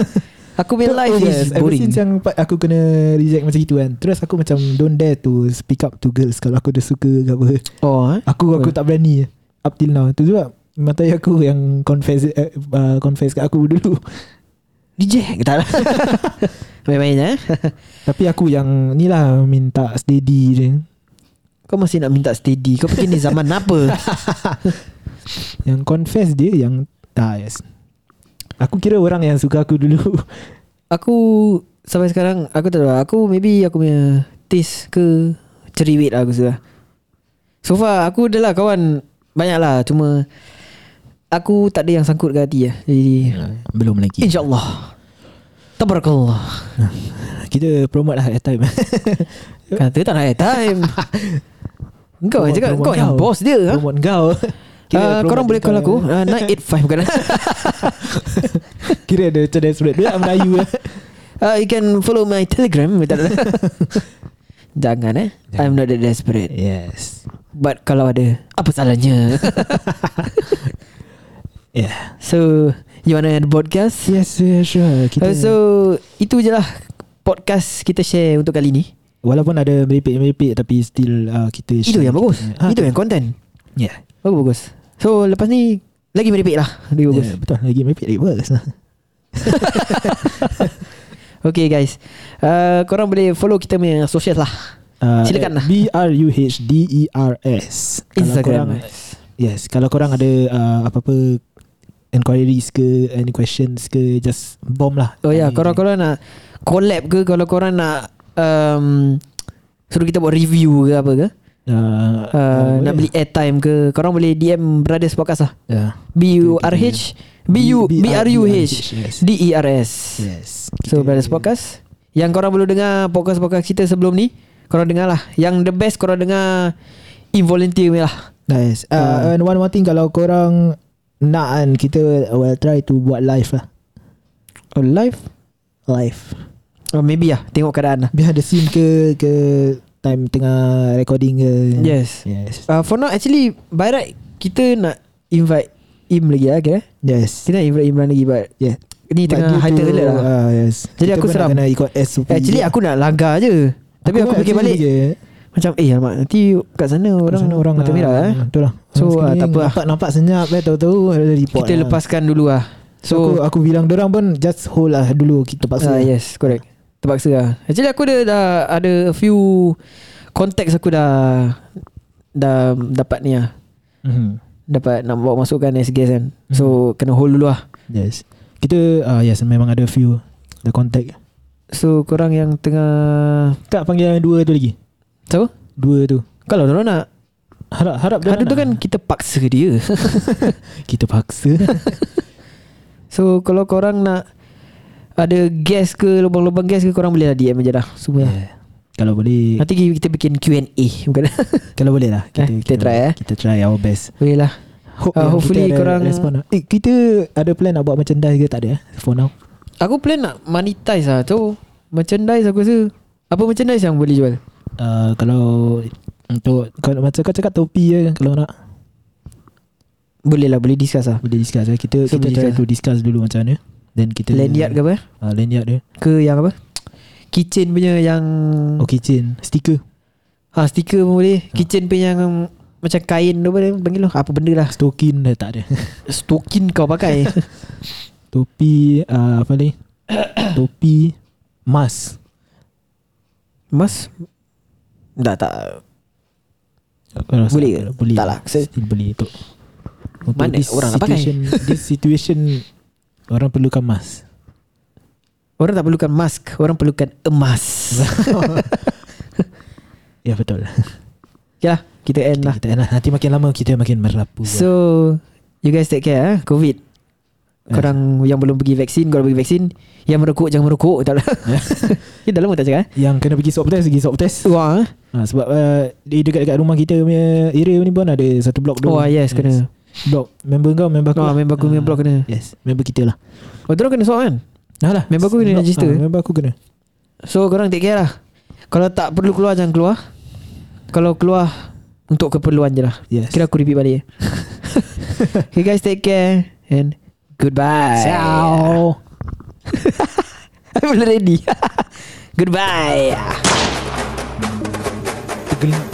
A: [laughs] aku punya life
B: Oh,
A: yes, is
B: Ever
A: boring.
B: since yang part aku kena reject macam itu kan Terus aku macam Don't dare to speak up to girls Kalau aku dah suka ke apa
A: Oh, eh?
B: Aku aku
A: Oh.
B: tak berani Up till now Tu sebab Mata aku yang confess uh, uh, Confess kat aku dulu
A: reject
B: [laughs]
A: tak lah. Main-main eh.
B: Tapi aku yang Ni lah Minta steady je
A: Kau masih nak minta steady. Kau fikir ni [laughs] zaman apa?
B: Yang confess dia Yang ah, yes. Aku kira orang yang suka aku dulu
A: Aku sampai sekarang aku tak tahu. lah. Aku maybe aku punya taste ke ceriwit lah aku sudah. So far aku dah lah kawan banyak lah cuma aku tak ada yang sangkut ke hati lah. Jadi
B: Ya, Belum
A: Ya.
B: lagi
A: InsyaAllah Tabarakallah
B: Kita promote lah at time
A: Kata tak nak air [laughs] time Engkau yang
B: Promote-
A: cakap
B: promote
A: Engkau yang
B: kau.
A: bos dia ha?
B: Promote kau
A: Uh,
B: Kira
A: korang
B: promote
A: boleh call aku
B: kau.
A: uh, 985 bukan
B: Kira dia macam desperate Dia nak Melayu lah
A: uh, You can follow my telegram
B: [laughs]
A: Tak ada. Jangan eh I'm not that desperate
B: Yes
A: But kalau ada Apa salahnya
B: [laughs] Yeah
A: So You wanna end the podcast
B: Yes yeah, sure
A: uh,
B: Kita
A: So Itu je lah Podcast kita share Untuk kali ni
B: Walaupun ada meripik-meripik Tapi still uh, Kita
A: Itu
B: share
A: yang bagus
B: kita punya- Ah, Ya.
A: Itu yang content
B: Yeah,
A: Bagus-bagus So lepas ni Lagi meripik lah Lagi bagus
B: yeah Ya, Betul lagi meripik lagi bagus
A: Okay guys uh, Korang boleh follow kita punya social lah
B: uh,
A: Silakan lah.
B: B-R-U-H-D-E-R-S E Kalau korang
A: Instagram
B: Yes Kalau korang ada uh, Apa-apa Enquiries ke Any questions ke Just bomb lah
A: Oh ya yeah,
B: Any-
A: Korang-korang nak Collab ke Kalau korang nak um, Suruh kita buat review ke apa ke
B: uh,
A: uh, Nak beli airtime ke Korang boleh DM Brothers Podcast lah
B: yeah.
A: B-U-R-H B-U B-R-U-H
B: Yes.
A: D-E-R-S E
B: Yes
A: So
B: Kita-
A: Brothers Podcast Yang korang belum dengar Podcast-podcast kita sebelum ni Korang dengar lah Yang the best korang dengar Involunteer punya lah
B: Nice. Uh,
A: Ah.
B: And one more thing kalau korang nak kan kita will try to buat live lah.
A: Oh live
B: Live.
A: Oh maybe lah Tengok keadaan lah
B: Behind the scene ke ke time tengah recording ke.
A: Yes
B: Hmm. Yes.
A: uh, For now actually By right Kita nak invite Im lagi lah okay?
B: Yes
A: Kita nak Imran Imran lagi But
B: Yeah
A: Ni tengah
B: But
A: high
B: due to-
A: alert lah
B: ah, yes.
A: Jadi
B: Kita
A: aku
B: pun nak
A: seram.
B: Kena ikut SOP
A: Actually aku nak langgar je Tapi aku,
B: pun
A: fikir
B: actually
A: balik
B: fikir,
A: Macam eh alamak Nanti kat sana
B: kat
A: orang,
B: sana orang
A: Mata
B: ah,
A: merah eh
B: Betul lah
A: So, ah,
B: Sekali
A: tak apa lah.
B: Nampak, nampak senyap eh Tahu-tahu ada report
A: Kita
B: lah.
A: lepaskan dulu lah
B: aku,
A: So
B: aku bilang dorang pun Just hold lah dulu Kita paksa
A: ah, Yes correct Terpaksa lah Actually aku dah, dah Ada a few Contacts aku dah Dah dapat ni lah
B: Mhm.
A: Dapat nak bawa masukkan as guest
B: Hmm.
A: kan So kena hold dulu lah
B: Yes Kita ah Yes memang ada few The contact
A: So korang yang tengah
B: Tak panggil yang dua tu lagi
A: Siapa?
B: Dua tu
A: Kalau orang nak
B: Harap harap dorang
A: Ada tu
B: nak.
A: kan kita paksa dia
B: Kita
A: [laughs]
B: paksa
A: So kalau korang nak Ada gas ke Lubang-lubang gas ke Korang boleh lah DM je dah Semua yeah.
B: yeah. Kalau boleh
A: Nanti kita bikin Q&A Bukan [laughs]
B: Kalau boleh lah
A: Eh, kita try, eh.
B: Kita try our best
A: Boleh lah
B: Hope
A: Ah,
B: yang
A: hopefully
B: kita ada
A: korang-
B: respon lah. eh, Kita ada plan nak buat merchandise ke tak ada eh For now
A: Aku plan nak monetize lah tu Merchandise aku rasa Apa merchandise yang boleh jual Ah,
B: uh, Kalau Untuk kalau Macam kau cakap topi je Kalau nak
A: Boleh lah boleh discuss lah
B: Boleh discuss eh. Kita
A: So,
B: kita
A: boleh
B: try
A: discuss.
B: to discuss dulu macam mana Then kita
A: Lanyard ke apa
B: uh, Lanyard dia
A: Ke yang apa Kitchen punya yang Hmm.
B: Oh kitchen Sticker
A: ah, Stiker pun boleh Kitchen punya yang Macam kain tu apa dia panggil tu Apa benda lah
B: Stokin dia tak ada [laughs]
A: Stokin kau [laughs] pakai
B: Topi uh, Apa ni [coughs] Topi Mask
A: Mas Dah tak
B: Aku rasa
A: Boleh ke?
B: Boleh
A: Tak lah. Saya-
B: Still boleh untuk Untuk
A: Mana
B: this
A: orang nak pakai? [laughs]
B: situation This situation Orang perlukan mask
A: Orang tak perlukan mask Orang perlukan emas [laughs]
B: Ya betul
A: Okay lah Kita end lah
B: kita, kita, Nanti makin lama Kita makin merapu
A: So You guys take care eh? Covid Korang yang belum pergi vaksin Korang pergi vaksin Yang merokok jangan merokok [laughs] Tak lah Kita dah lama tak cakap eh?
B: [laughs] Yang kena pergi swab test Pergi swab test
A: Wah eh?
B: ha, Sebab uh, di- Dekat-dekat rumah kita punya Area ni pun ada Satu blok
A: Oh yes kena
B: Blok Member kau Member aku lah. Ah.
A: Wah member aku member aku kena
B: Yes Member kita lah
A: Oh dorang kena swab kan
B: Nah lah
A: Member aku kena
B: Blok-
A: register.
B: ah, Member aku kena
A: So korang take care lah Kalau tak perlu keluar Jangan keluar Kalau keluar Untuk keperluan je lah
B: Yes
A: Kira aku repeat balik [laughs] eh? Okay guys take care And Goodbye
B: Ciao
A: [laughs] I'm already [laughs] Goodbye
B: Tergelak